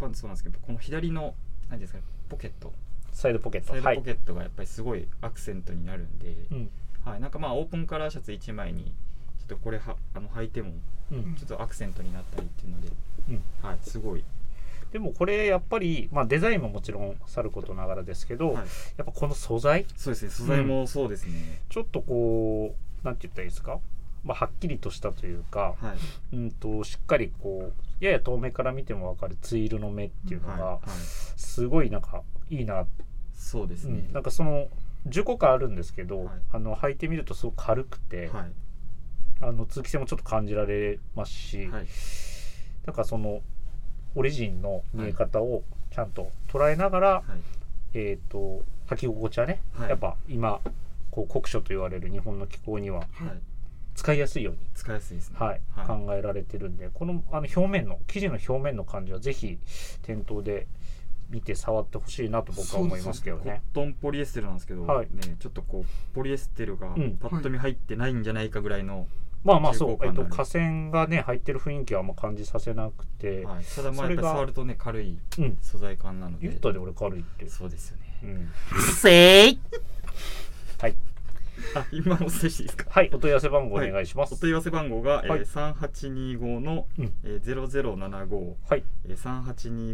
Speaker 3: やっぱそうなんですけどこの左の何ていうんですかねポケット
Speaker 1: サイドポケット
Speaker 3: サイドポ
Speaker 1: はい
Speaker 3: ケットがやっぱりすごいアクセントになるんで、
Speaker 1: うん
Speaker 3: はい、なんかまあオープンカラーシャツ1枚にちょっとこれはあの履いても
Speaker 1: うん
Speaker 3: ちょっとアクセントになったりっていうので、
Speaker 1: うん
Speaker 3: はい、すごい、
Speaker 1: でもこれやっぱり、まあ、デザインももちろんさることながらですけど、
Speaker 3: はい、
Speaker 1: やっぱこの素材
Speaker 3: そうですね素材もそうですね、
Speaker 1: ちょっとこうなんて言ったらいいですか、まあ、はっきりとしたというか、
Speaker 3: はい
Speaker 1: うんとしっかりこうやや遠目から見ても分かるツイールの目っていうの
Speaker 3: はい、
Speaker 1: が
Speaker 3: はい、
Speaker 1: すごいなんかいいな、
Speaker 3: そうです
Speaker 1: うん
Speaker 3: ね、
Speaker 1: なんかその10個かあるんですけど、
Speaker 3: はい
Speaker 1: あの履いてみるとすごく軽くて、
Speaker 3: はい
Speaker 1: あの通気性もちょっと感じられますし、
Speaker 3: はい
Speaker 1: なんかそのオリジンの見え方をちゃんと捉えながら、
Speaker 3: はい
Speaker 1: えっ、と履き心地はね、
Speaker 3: はい
Speaker 1: やっぱ今こう酷暑と言われる日本の気候には
Speaker 3: はい、
Speaker 1: 使いやすいように、
Speaker 3: 使いやすいですね
Speaker 1: はい
Speaker 3: はい
Speaker 1: 考えられてるんでこのあの表面の生地の表面の感じはぜひ店頭で見て触ってほしいなと僕は思いますけど
Speaker 3: コッ
Speaker 1: ね。
Speaker 3: トンポリエステルなんですけど、
Speaker 1: はい
Speaker 3: ね、ちょっとこうポリエステルが
Speaker 1: うん
Speaker 3: パッと見入ってないんじゃないかぐらいの、
Speaker 1: まあまあそ
Speaker 3: 重
Speaker 1: う、
Speaker 3: 厚
Speaker 1: えっ
Speaker 3: 感の
Speaker 1: と、
Speaker 3: あ
Speaker 1: 河
Speaker 3: る
Speaker 1: 川がね入ってる雰囲気はあんま感じさせなくて、
Speaker 3: はい、ただ
Speaker 1: そ
Speaker 3: まあや
Speaker 1: れ
Speaker 3: っ
Speaker 1: が
Speaker 3: ぱり触るとね軽い
Speaker 1: うん
Speaker 3: 素材感なので
Speaker 1: 言ったで俺軽いって。
Speaker 3: そうですよね
Speaker 1: うん、
Speaker 4: せい
Speaker 1: はい、
Speaker 3: あ今お伝えしていい ですか
Speaker 1: はい、お問い合わせ番号お願いします。
Speaker 3: お問い合わせ番号が、
Speaker 1: はい
Speaker 3: えー、3825の、
Speaker 1: うん
Speaker 3: えー、0075、
Speaker 1: はい、
Speaker 3: えー、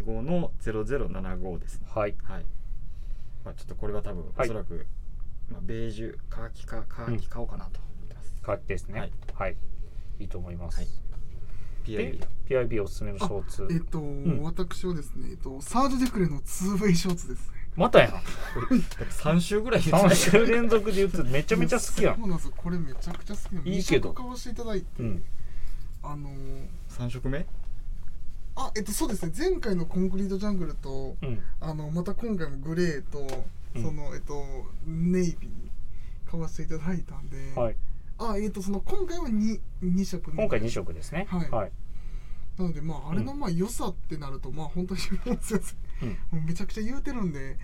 Speaker 3: 3825の0075ですね
Speaker 1: はい、
Speaker 3: はい、まあ、ちょっとこれは多分、
Speaker 1: はい
Speaker 3: おそらく、まあ、ベージュカーキかカーキ買おうかなと思ってます、
Speaker 1: 書きですね、は
Speaker 3: はいい、
Speaker 1: い、いいと思います。
Speaker 3: はい
Speaker 1: で
Speaker 3: PIB、
Speaker 1: PIB おすすめのショーツ。
Speaker 2: えっと、
Speaker 1: ん
Speaker 2: 私はですね、えっと、サージュ・デクレの 2way ショーツですね
Speaker 1: またやん。
Speaker 3: 3週ぐらい言ってま
Speaker 1: 3
Speaker 3: した
Speaker 1: 週連続で言ってめちゃめちゃ好きや
Speaker 2: そ
Speaker 1: ん。
Speaker 2: うなんですよこれめちゃくちゃ好きなの
Speaker 1: いいけど
Speaker 2: 二色買わせていただいて、
Speaker 1: うん。
Speaker 2: あのー
Speaker 3: 3色目
Speaker 2: あえっとそうですね前回のコンクリートジャングルと
Speaker 1: うん。
Speaker 2: あのまた今回もグレーと、
Speaker 1: うん
Speaker 2: そのえっとネイビー買わせていただいたんで、
Speaker 1: はい。
Speaker 2: あえっとその今回は 2, 二色の
Speaker 1: 今回2色ですね。
Speaker 2: はい
Speaker 1: はい。
Speaker 2: なのでまああれのまあ良さってなると、まあ本当にもうめちゃくちゃ言うてるんで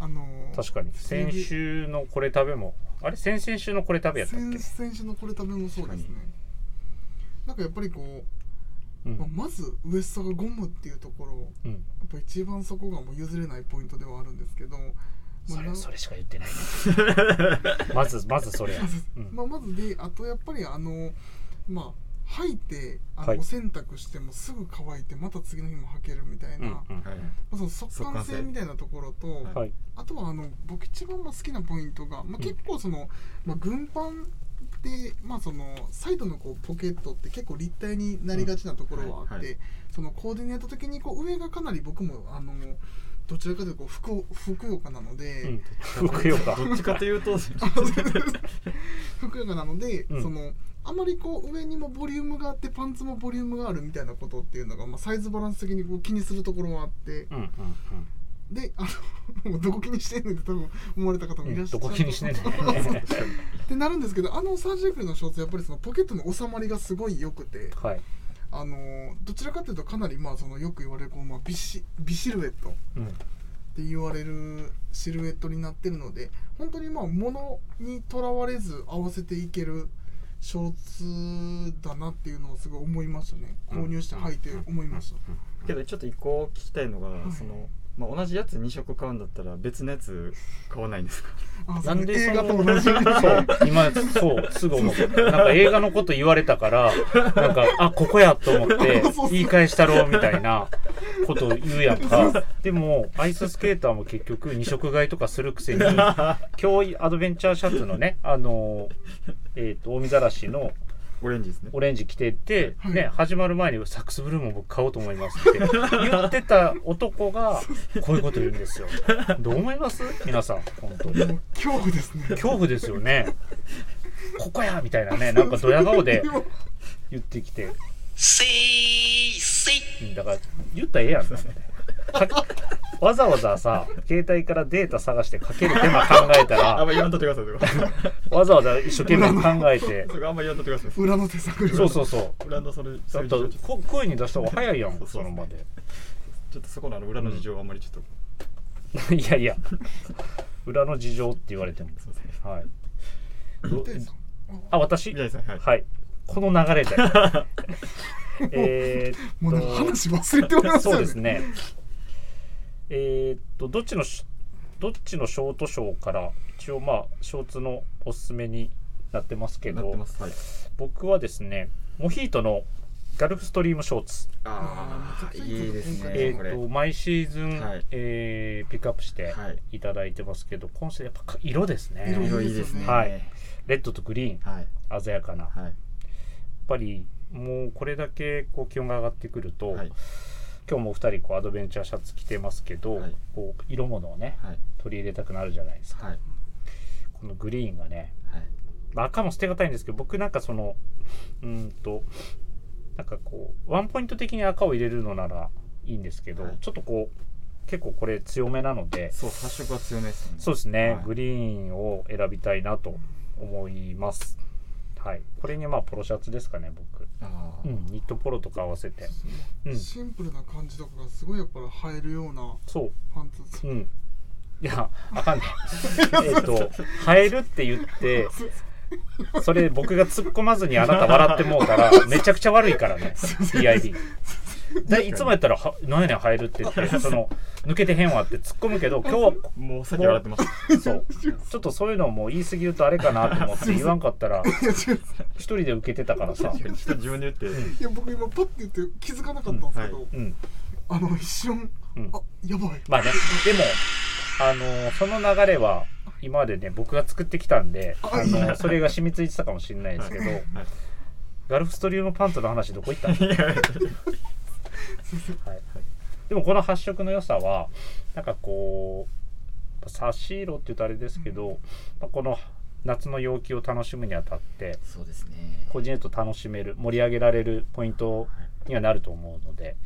Speaker 2: あのー
Speaker 1: 確かに。先週のこれ食べも、あれ先々週のこれ食べやったっ
Speaker 2: 先
Speaker 1: け
Speaker 2: 先週のこれ食べもそうですね
Speaker 3: 確か
Speaker 2: なんかやっぱりこ
Speaker 1: う
Speaker 2: う、まあ
Speaker 1: ん。
Speaker 2: まずウエストがゴムっていうところや
Speaker 1: うん。
Speaker 2: っぱ一番そこがもう譲れないポイントではあるんですけど、まあ
Speaker 1: それ、
Speaker 2: な
Speaker 1: それしか言ってない ね。まず、まずそれや。うん。
Speaker 2: まあ、まずであとやっぱりあのまあ履いてあの、
Speaker 1: はい
Speaker 2: お洗濯してもすぐ乾いてまた次の日も履けるみたいな、
Speaker 1: うん。
Speaker 2: ま
Speaker 1: うん
Speaker 3: はい
Speaker 2: あ、その速乾性みたいなところと、
Speaker 3: 乾性
Speaker 1: はい。
Speaker 2: あとはあの僕一番まあ好きなポイントが、まあ、結構その、まあ、軍パンって、まあ、そのサイドのこうポケットって結構立体になりがちなところはあって、
Speaker 3: うんはいは
Speaker 2: そのコーディネート的にこう上がかなり僕もあのどちらかというとこうふくふくよかなので。
Speaker 1: うん。ふくよか。
Speaker 3: どっちかという とそう
Speaker 2: ふくよかなので、
Speaker 1: うん
Speaker 2: そのあまりこう上にもボリュームがあってパンツもボリュームがあるみたいなことっていうのが、まあ、サイズバランス的にこう気にするところはあって
Speaker 1: うん。うん。うん。
Speaker 2: であの もうどこ気にしてんねんって多分思われた方もいらっしゃ
Speaker 1: ど
Speaker 2: る、
Speaker 1: こ気にしないんだ
Speaker 2: そうっ
Speaker 1: ね。
Speaker 2: てなるんですけどあのサージュークルのショーツやっぱりそのポケットの収まりがすごい良くて
Speaker 1: はい。
Speaker 2: あのどちらかというとかなりまあそのよく言われるこう、まあ、ビシビシルエット
Speaker 1: うん。
Speaker 2: って言われるシルエットになってるので本当にまあ物にとらわれず合わせていけるショーツだなっていうのをすごい思いましたね購入して履いて思いました、
Speaker 3: けどちょっと一個聞きたいのが、
Speaker 2: い
Speaker 3: そのまあ、同じやつ2色買うんだったら別のやつ買わないんです か
Speaker 2: あ
Speaker 1: な
Speaker 2: そ
Speaker 1: ん
Speaker 2: の
Speaker 1: でそ
Speaker 2: 映
Speaker 1: の
Speaker 2: 画と同じ
Speaker 1: そう今そうすぐ思うなんか映画のこと言われたからなんかあここやと思って
Speaker 2: そうそう
Speaker 1: 言い返したろうみたいなこと言うやんかでもアイススケーターも結局二色買いとかするくせに今日アドベンチャーシャツのねあのえっ、と大見ざらしの
Speaker 3: オレンジですね
Speaker 1: オレンジ着てて、ね、始まる前にサックスブルーも僕買おうと思いますって言ってた男がこういうこと言うんですよどう思います皆さん本当に
Speaker 2: もう恐怖ですね
Speaker 1: 恐怖ですよねここやみたいなねなんかドヤ顔で
Speaker 2: でも
Speaker 1: 言ってきて「せいせい」だから言ったらええやんかかわざわざさ携帯からデータ探してかける手間考えた
Speaker 3: あん
Speaker 1: ら
Speaker 3: ま言わんとってください とか
Speaker 1: わざわざ一生懸命考えて
Speaker 3: そこあんま言わんとってください
Speaker 2: 裏の手探り
Speaker 1: そうそうそう
Speaker 3: 裏のそれ
Speaker 1: だ
Speaker 3: そ
Speaker 1: っ
Speaker 3: ういう
Speaker 1: た
Speaker 3: 事
Speaker 1: ら
Speaker 3: 情ちょっと
Speaker 1: こ声に出した方が早いやんその場で。
Speaker 3: ちょっとそこのあの裏の事情はあんまりちょっと、
Speaker 1: いやいや、裏の事情って言われても。
Speaker 3: すいません
Speaker 1: はい。
Speaker 2: うですか
Speaker 1: あ、私
Speaker 3: みたいですねはい、
Speaker 1: はい。この流れ で。え
Speaker 2: もうなんか
Speaker 1: ーっ
Speaker 2: 話忘れておりま
Speaker 1: と、
Speaker 2: すよ
Speaker 1: そう
Speaker 2: ね
Speaker 1: ですね。えーっと、どっちのし、どっちのショートショーから、一応まあ、ショーツのおすすめになってますけ
Speaker 3: なって
Speaker 1: ど
Speaker 3: ま、すはい
Speaker 1: 僕はですね、モヒートのガルフストリームショーツ、
Speaker 3: ああいいですね
Speaker 1: えー
Speaker 3: こ
Speaker 1: っ
Speaker 3: れ
Speaker 1: と、毎シーズン、
Speaker 3: はい
Speaker 1: えーピックアップして
Speaker 3: はい
Speaker 1: いただいてますけど、今週やっぱか色ですね。
Speaker 2: 色
Speaker 3: 色いいですね
Speaker 1: は
Speaker 3: はいい
Speaker 1: レッドとグリ
Speaker 3: はい
Speaker 1: ーン鮮やかなやっ
Speaker 3: はい
Speaker 1: ぱりもうこれだけこう気温が上がってくると、
Speaker 3: はい
Speaker 1: 今日もお二人こうアドベンチャーシャツ着てますけど、
Speaker 3: はい
Speaker 1: こう色物をね
Speaker 3: はい
Speaker 1: 取り入れたくなるじゃないですか
Speaker 3: はい
Speaker 1: このグリーンがね
Speaker 3: はい
Speaker 1: まあ赤も捨てがたいんですけど僕なんかそのうーんとなんかこうワンポイント的に赤を入れるのならいいんですけど、
Speaker 3: はい
Speaker 1: ちょっとこう結構これ強めなので
Speaker 3: そう発色は強めですよね
Speaker 1: そうですね、
Speaker 3: はい
Speaker 1: グリーンを選びたいなと思います。はい、これにまあポロシャツですかね、僕。
Speaker 3: あ
Speaker 1: う
Speaker 3: ー
Speaker 1: ん、ニットポロとか合わせて。うん、
Speaker 2: シンプルな感じとかがすごいやっぱり映えるような
Speaker 1: そ
Speaker 2: パンツ
Speaker 1: う、うん。いや、あかんね。えっと、映えるって言って、それ僕が突っ込まずにあなた笑ってもうから、めちゃくちゃ悪いからね、DID。だいつもやったら、は何やねん、映えるって言って、その、抜けてへんわって突っ込むけど、今日は
Speaker 3: もうさっき笑ってました
Speaker 1: そう。ちょっとそういうのも言い過ぎるとあれかなと思って言わんかったら、
Speaker 2: いや違う
Speaker 1: 一人で受けてたからさ。
Speaker 3: 確かにちょっと自分で言って、
Speaker 1: ん
Speaker 2: いや僕今パッて言って気づかなかったんですけど、
Speaker 3: うんは
Speaker 1: うん。
Speaker 2: あの一瞬
Speaker 1: うん
Speaker 2: あ。やばい、
Speaker 1: まあね、でも、あのーその流れは、今までね、僕が作ってきたんで、あ
Speaker 2: あ
Speaker 1: のーそれが染みついてたかもしれないですけど、
Speaker 3: はい
Speaker 1: ガルフストリウムパンツの話どこ行ったの、はいはい、でもこの発色の良さは、なんかこう、差し色って言うとあれですけど、まあこの夏の陽気を楽しむにあたって、
Speaker 4: そうですね
Speaker 1: 個人ネット楽しめる盛り上げられるポイントにはなると思うので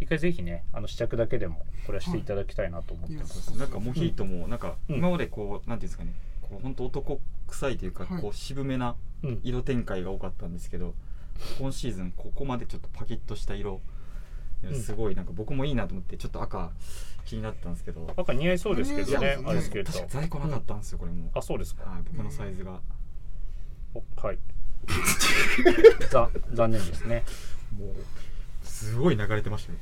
Speaker 1: 一回ぜひねあの試着だけでもこれはしていただきたいなと思ってます、
Speaker 3: なんかモヒートもなんか
Speaker 1: うん
Speaker 3: 今までこうなんていうんですかねこう本当男臭いというか
Speaker 2: はい
Speaker 3: こう渋めな
Speaker 1: うん
Speaker 3: 色展開が多かったんですけど今シーズンここまでちょっとパキッとした色いや
Speaker 1: うん
Speaker 3: すごいなんか僕もいいなと思ってちょっと赤気になったんですけど
Speaker 1: 赤似合いそうですけど
Speaker 2: 似合い
Speaker 1: ね
Speaker 2: そうですね
Speaker 1: アイスケー
Speaker 3: 確
Speaker 1: ト
Speaker 3: か在庫なかったんですよこれも
Speaker 1: あそうですか
Speaker 3: はい僕のサイズが
Speaker 1: おはい ざ残念ですね
Speaker 3: もうすごい流れてま したね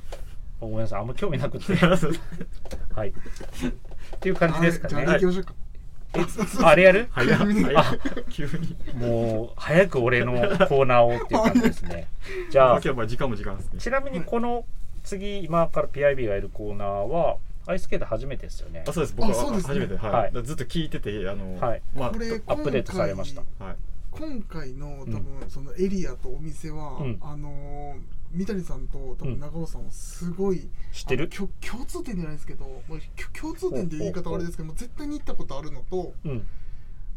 Speaker 1: ごめんなさいあんま興味なくてはいっていう感じ
Speaker 2: あ
Speaker 1: ですかね
Speaker 2: じゃあ行きましょうか、
Speaker 1: ああれやる
Speaker 3: 早っ早っ急に
Speaker 1: もう早く俺のコーナーをっていう感じですねじゃ
Speaker 3: あ
Speaker 1: あ
Speaker 3: 今日は時間も時間ですね
Speaker 1: ちなみにこの次今から PIB がいるコーナーはアイスケート初めてですよね
Speaker 3: あそうです僕
Speaker 2: あそう
Speaker 3: は
Speaker 2: ですね
Speaker 3: 初めてはい
Speaker 1: はい
Speaker 3: だからずっと聞いててあの
Speaker 1: はい
Speaker 3: まあ
Speaker 2: これ
Speaker 1: アップデートされました
Speaker 2: 今
Speaker 3: はい
Speaker 2: 回今回の多分そのエリアとお店は、
Speaker 1: うん
Speaker 2: あのー三谷さんと多
Speaker 1: うん
Speaker 2: 分長尾さんはすごい、
Speaker 1: 知って
Speaker 2: あの
Speaker 1: る
Speaker 2: きょ共通点じゃないですけどもうきょ共通点っていう言い方はあれですけどもう絶対に行ったことあるのと
Speaker 1: うん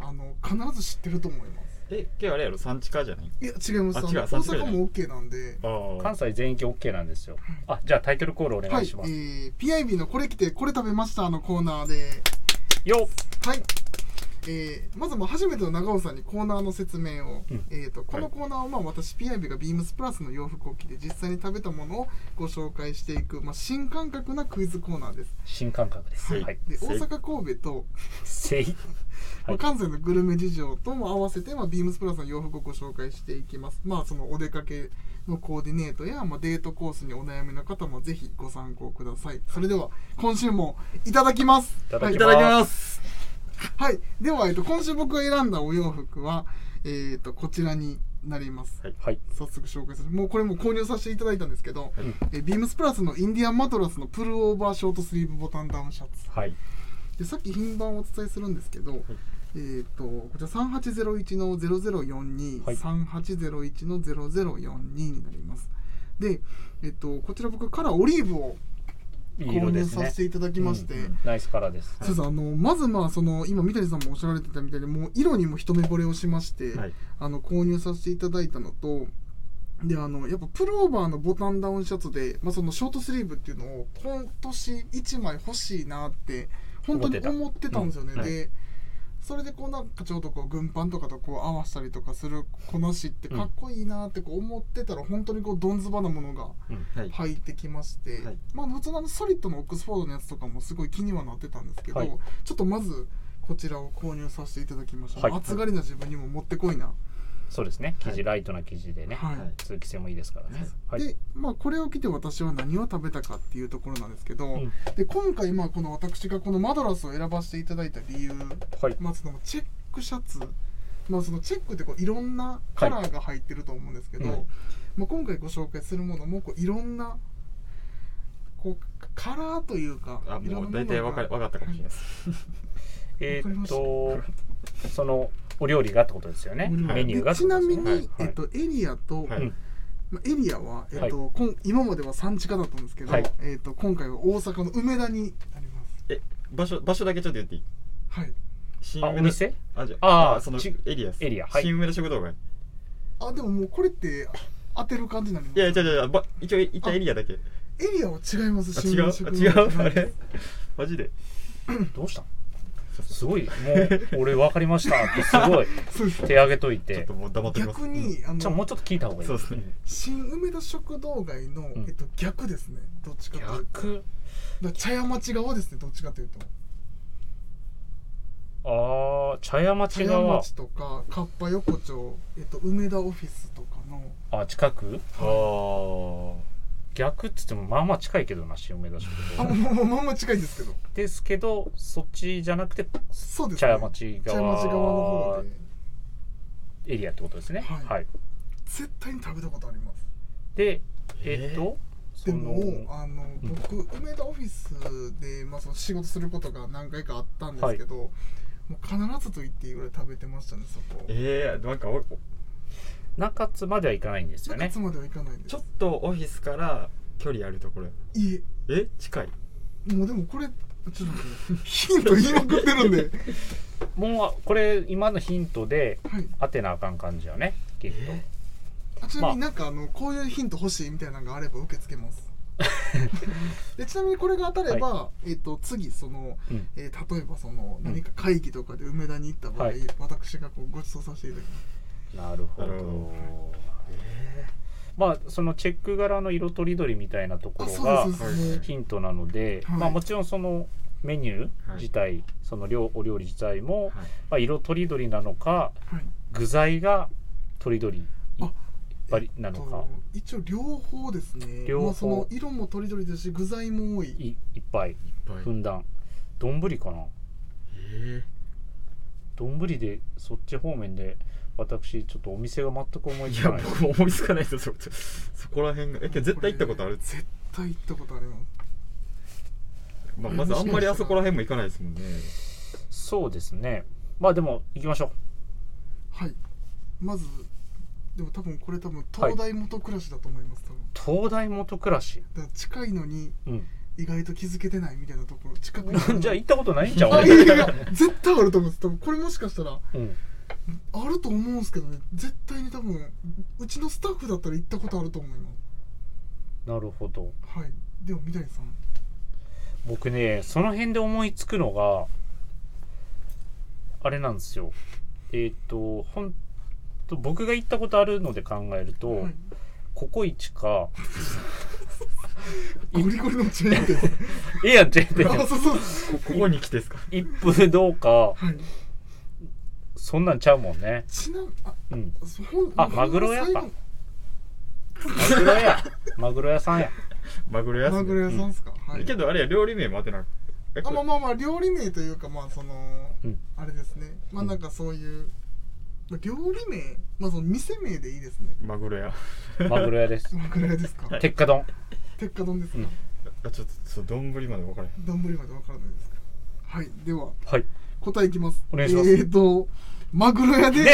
Speaker 2: あの必ず知ってると思います
Speaker 3: え今日あれやろ産地化じゃない
Speaker 2: いや違います
Speaker 3: あ
Speaker 2: あの
Speaker 3: 違う
Speaker 2: 大
Speaker 3: さすがに
Speaker 2: 阪も OK なんで
Speaker 3: あ
Speaker 1: 関西全域 OK なんですよあじゃあタイトルコールお願
Speaker 2: はいい、え
Speaker 1: します、
Speaker 2: ー、PIB のこれ来てこれ食べましたのコーナーで
Speaker 1: よ
Speaker 2: はい、えーまずもう初めての長尾さんにコーナーの説明を、
Speaker 1: うん
Speaker 2: えー、とこのコーナーはまあ私 PIB がビームスプラスの洋服を着て実際に食べたものをご紹介していく、まあ、新感覚なクイズコーナーです、
Speaker 1: 新感覚です
Speaker 3: はい
Speaker 1: はい
Speaker 2: で
Speaker 3: せ
Speaker 2: 大
Speaker 3: い
Speaker 2: 阪神戸と、
Speaker 1: せいは
Speaker 2: ま
Speaker 1: い
Speaker 2: あ、関西のグルメ事情とも合わせて、まあ、ビームスプラスの洋服をご紹介していきますまあそのお出かけのコーディネートや、まあ、デートコースにお悩みの方もぜひご参考くださいそれでは今週もいただきます
Speaker 1: いただ
Speaker 2: はい
Speaker 1: きます
Speaker 3: す
Speaker 2: はい。では、えっと、今週僕が選んだお洋服は、えっと、こちらになります
Speaker 3: はい
Speaker 1: はい。
Speaker 2: 早速紹介するもうこれもう購入させていただいたんですけど、
Speaker 3: い
Speaker 2: えビームスプラスのインディアンマトラスのプルオーバーショートスリーブボタンダウンシャツ
Speaker 1: はい。
Speaker 2: でさっき品番をお伝えするんですけど、えっ、とこちら3801の0042、
Speaker 1: はい
Speaker 2: 3801の0042になりますでえっ、とこちら僕カラーオリーブを
Speaker 1: いい
Speaker 2: 購
Speaker 1: 色で
Speaker 2: 入
Speaker 1: す
Speaker 2: さ
Speaker 1: ね
Speaker 2: せ。ていただきまして、
Speaker 1: うんうんナイスカラーです。
Speaker 2: そうですあのまずまあその今三谷さんもおっしゃられてたみたいでもう色にも一目惚れをしまして、
Speaker 3: はい
Speaker 2: あの購入させていただいたのとであのやっぱプルオーバーのボタンダウンシャツで、まあ、そのショートスリーブっていうのを今年1枚欲しいなって本当に思ってたんですよね、
Speaker 1: 思ってたうん
Speaker 2: で、それでこうなんかちょうどこう軍パンとかとこう合わせたりとかするこなしってかっこいいなってこう思ってたら本当にこうどんずばなものが
Speaker 3: はい
Speaker 2: 入ってきまして、
Speaker 3: はい
Speaker 2: まあ普通のあのソリッドのオックスフォードのやつとかもすごい気にはなってたんですけど、
Speaker 1: はい
Speaker 2: ちょっとまずこちらを購入させていただきました、
Speaker 1: はい
Speaker 2: 暑がりな自分にももってこいな、
Speaker 1: そうですね。生
Speaker 3: は
Speaker 1: 地
Speaker 3: い
Speaker 1: ライトな生地でね。
Speaker 2: はい
Speaker 3: はい
Speaker 1: 通気性もいいですからね。はい。
Speaker 2: でまあこれを着て私は何を食べたかっていうところなんですけど、
Speaker 1: うん
Speaker 2: で今回まあこの私がこのマドラスを選ばせていただいた理由
Speaker 1: はい。
Speaker 2: まあそのチェックシャツまあそのチェックってこういろんなカラーが入ってると思うんですけど、
Speaker 1: はいうん
Speaker 2: まあ、今回ご紹介するものもこういろんなこうカラーというか
Speaker 3: あ
Speaker 2: いろんな
Speaker 3: も
Speaker 2: もの
Speaker 3: う大体わ
Speaker 2: が
Speaker 3: かわかったかもしれないです
Speaker 1: え
Speaker 2: わかり
Speaker 1: ー
Speaker 2: ま
Speaker 1: っ
Speaker 2: した
Speaker 1: と、そのお料理がってことですよね。
Speaker 2: 無料
Speaker 1: メニューが
Speaker 2: で
Speaker 1: って
Speaker 2: ち
Speaker 1: こ
Speaker 2: な
Speaker 1: とで
Speaker 2: み
Speaker 1: す
Speaker 2: に、
Speaker 1: ね。
Speaker 2: えっと、エリアと、
Speaker 3: はい
Speaker 1: うん
Speaker 2: まあエリアは、えっとこん今までは産地化だったんですけど、
Speaker 1: はい
Speaker 2: えっと、今回は大阪の梅田になります。
Speaker 3: え場所場所だけちょっと言っていい
Speaker 2: はい、
Speaker 3: 新
Speaker 1: あ、お店
Speaker 3: あじゃ
Speaker 1: あー
Speaker 3: その
Speaker 1: ち
Speaker 3: エリアです
Speaker 1: エリアはい
Speaker 3: 新梅田食堂街い
Speaker 2: あでももうこれって当てる感じになります
Speaker 3: やいや違う違うば一応一旦エリアだけあ
Speaker 2: エリアは違いますし
Speaker 3: 違うあ違うあれマジで
Speaker 1: どうしたのすごい、もう俺分かりましたってすごい
Speaker 2: そうです
Speaker 1: 手挙げとい
Speaker 3: ちょってと。もう黙っておきます
Speaker 2: 逆に、あ
Speaker 1: じゃあもう
Speaker 2: の
Speaker 1: ちょっと聞いた方
Speaker 3: う
Speaker 1: が
Speaker 3: ん
Speaker 1: いい
Speaker 3: そう。ですね
Speaker 2: 新梅田食堂街の、
Speaker 1: ん
Speaker 2: えっと、逆ですねどっちかというと
Speaker 1: 逆
Speaker 2: だから茶屋町側ですねどっちかというと
Speaker 1: ああ、茶屋
Speaker 2: 茶
Speaker 1: 町
Speaker 2: 屋
Speaker 1: 側。
Speaker 2: 町とかかっぱ横丁、えっと、梅田オフィスとかの
Speaker 1: あ、近く
Speaker 3: あー
Speaker 1: 逆っつってもまあまあ近いけどな、新梅田食
Speaker 2: あ
Speaker 1: 堂。
Speaker 2: もうもうまんま近いんですけど
Speaker 1: ですけど、そっちじゃなくて、
Speaker 2: そうですね
Speaker 1: 茶屋町
Speaker 2: 茶屋町側の
Speaker 1: 側
Speaker 2: 方で
Speaker 1: エリアってことですね。
Speaker 2: はい
Speaker 1: はい。
Speaker 2: 絶対に食べたことあります
Speaker 1: で、えっと、そ
Speaker 2: でも
Speaker 1: の、
Speaker 2: あの僕梅田オフィスで、まあ、その仕事することが何回かあったんですけど、もう必ずと言っていいぐらい食べてましたねそこ
Speaker 3: えー、なんかお
Speaker 1: 中津までは行かないんですよね
Speaker 2: 中。津まではいかないです
Speaker 3: ちょっとオフィスから距離あるところ
Speaker 2: いえ
Speaker 3: え近い
Speaker 2: もうでもこれちょっと待ってヒント言いまくってる んで
Speaker 1: もう、これ、今のヒントで、
Speaker 2: はい
Speaker 1: 当てなあかん感じよね、きっと。
Speaker 2: あちなみに
Speaker 1: ま
Speaker 2: なんかあのこういうヒント欲しいみたいなのがあれば受け付けます でちなみにこれが当たれば、えっと次その、
Speaker 1: うん
Speaker 2: えー例えばその何か会議とかで梅田に行った場合、
Speaker 1: はい
Speaker 2: 私がこうご馳走させていただきます
Speaker 1: なるほど
Speaker 3: なるほど
Speaker 1: まあそのチェック柄の色とりどりみたいなとこ
Speaker 2: あ
Speaker 1: ろ
Speaker 2: そ
Speaker 1: が
Speaker 2: うですそうです、
Speaker 3: はい
Speaker 1: ヒントなので、
Speaker 2: はい
Speaker 1: まあもちろんそのメニュー自体、その料お料理自体も、
Speaker 3: はい
Speaker 1: まあ、色とりどりなのか
Speaker 2: はい
Speaker 1: 具材がとりどり
Speaker 2: あ
Speaker 1: ばりなのか、
Speaker 2: えっと一応両方ですね
Speaker 1: 両方
Speaker 2: まあ、その色もとりどりですし具材も多い
Speaker 1: いいっぱい
Speaker 3: いっぱい
Speaker 1: ふんだん丼かな
Speaker 3: え
Speaker 1: 丼でそっち方面で私ちょっとお店が全く思い
Speaker 3: ー、
Speaker 1: つ
Speaker 3: い
Speaker 1: か
Speaker 3: や
Speaker 1: ない
Speaker 3: 僕も思いつかないですよそこそこら辺がえけど絶対行ったことある
Speaker 2: 絶対行ったことあります
Speaker 3: まあ、まずあんまりあそこら辺も行かないですもんね
Speaker 1: そうですねまあでも行きましょ
Speaker 2: はいまずでも多分これ多分
Speaker 1: はい
Speaker 2: 東大元暮らしだと思います、多分
Speaker 1: う東大元暮らし
Speaker 2: だから近いのに
Speaker 1: うん
Speaker 2: 意外と気づけてないみたいなところ近くに
Speaker 1: じゃあ
Speaker 2: い
Speaker 1: 行ったことないんじゃん
Speaker 2: や
Speaker 1: 俺
Speaker 2: いやいや絶対あると思うんです多分これもしかしたら
Speaker 1: うん、
Speaker 2: あると思うんですけどね絶対に多分うちのスタッフだったら行ったことあると思います
Speaker 1: なるほど
Speaker 2: はいでも三谷さん
Speaker 1: 僕ねその辺で思いつくのがあれなんですよえっ、とほんと僕が行ったことあるので考えると、
Speaker 2: はい
Speaker 1: ココイチか
Speaker 2: ゴリゴリのチェーン店
Speaker 1: ええやんチェーン
Speaker 2: あ
Speaker 1: 店
Speaker 2: そうそう
Speaker 3: こここに来てですか
Speaker 1: 一風堂か
Speaker 2: はい
Speaker 1: そんなんちゃうもんね
Speaker 2: ちなみあ
Speaker 1: うん
Speaker 2: そほん
Speaker 1: あマグロ屋かマグロ屋マグロ屋さんや
Speaker 3: マグロ
Speaker 2: 最
Speaker 3: 屋
Speaker 2: 後マグロ
Speaker 3: 屋
Speaker 2: 屋さんですか、はい
Speaker 3: けどあれや料理名も当てなえ
Speaker 2: あ
Speaker 3: これ
Speaker 2: まあまあまあ料理名というかまあその、
Speaker 1: うん
Speaker 2: あれですねまあなんかそういうまあ料理名、まあ、その店名でいいですね。
Speaker 3: マグロや
Speaker 1: マグロ屋です。
Speaker 2: マグロ屋ですか。
Speaker 1: 鉄火丼。
Speaker 2: 鉄火丼ですか。
Speaker 3: あちょっとそう丼まで分からへん
Speaker 2: 丼までわからないですか。はい、では
Speaker 1: はい。
Speaker 2: 答えいきます。
Speaker 1: お願いします
Speaker 2: えーと、マグロ屋で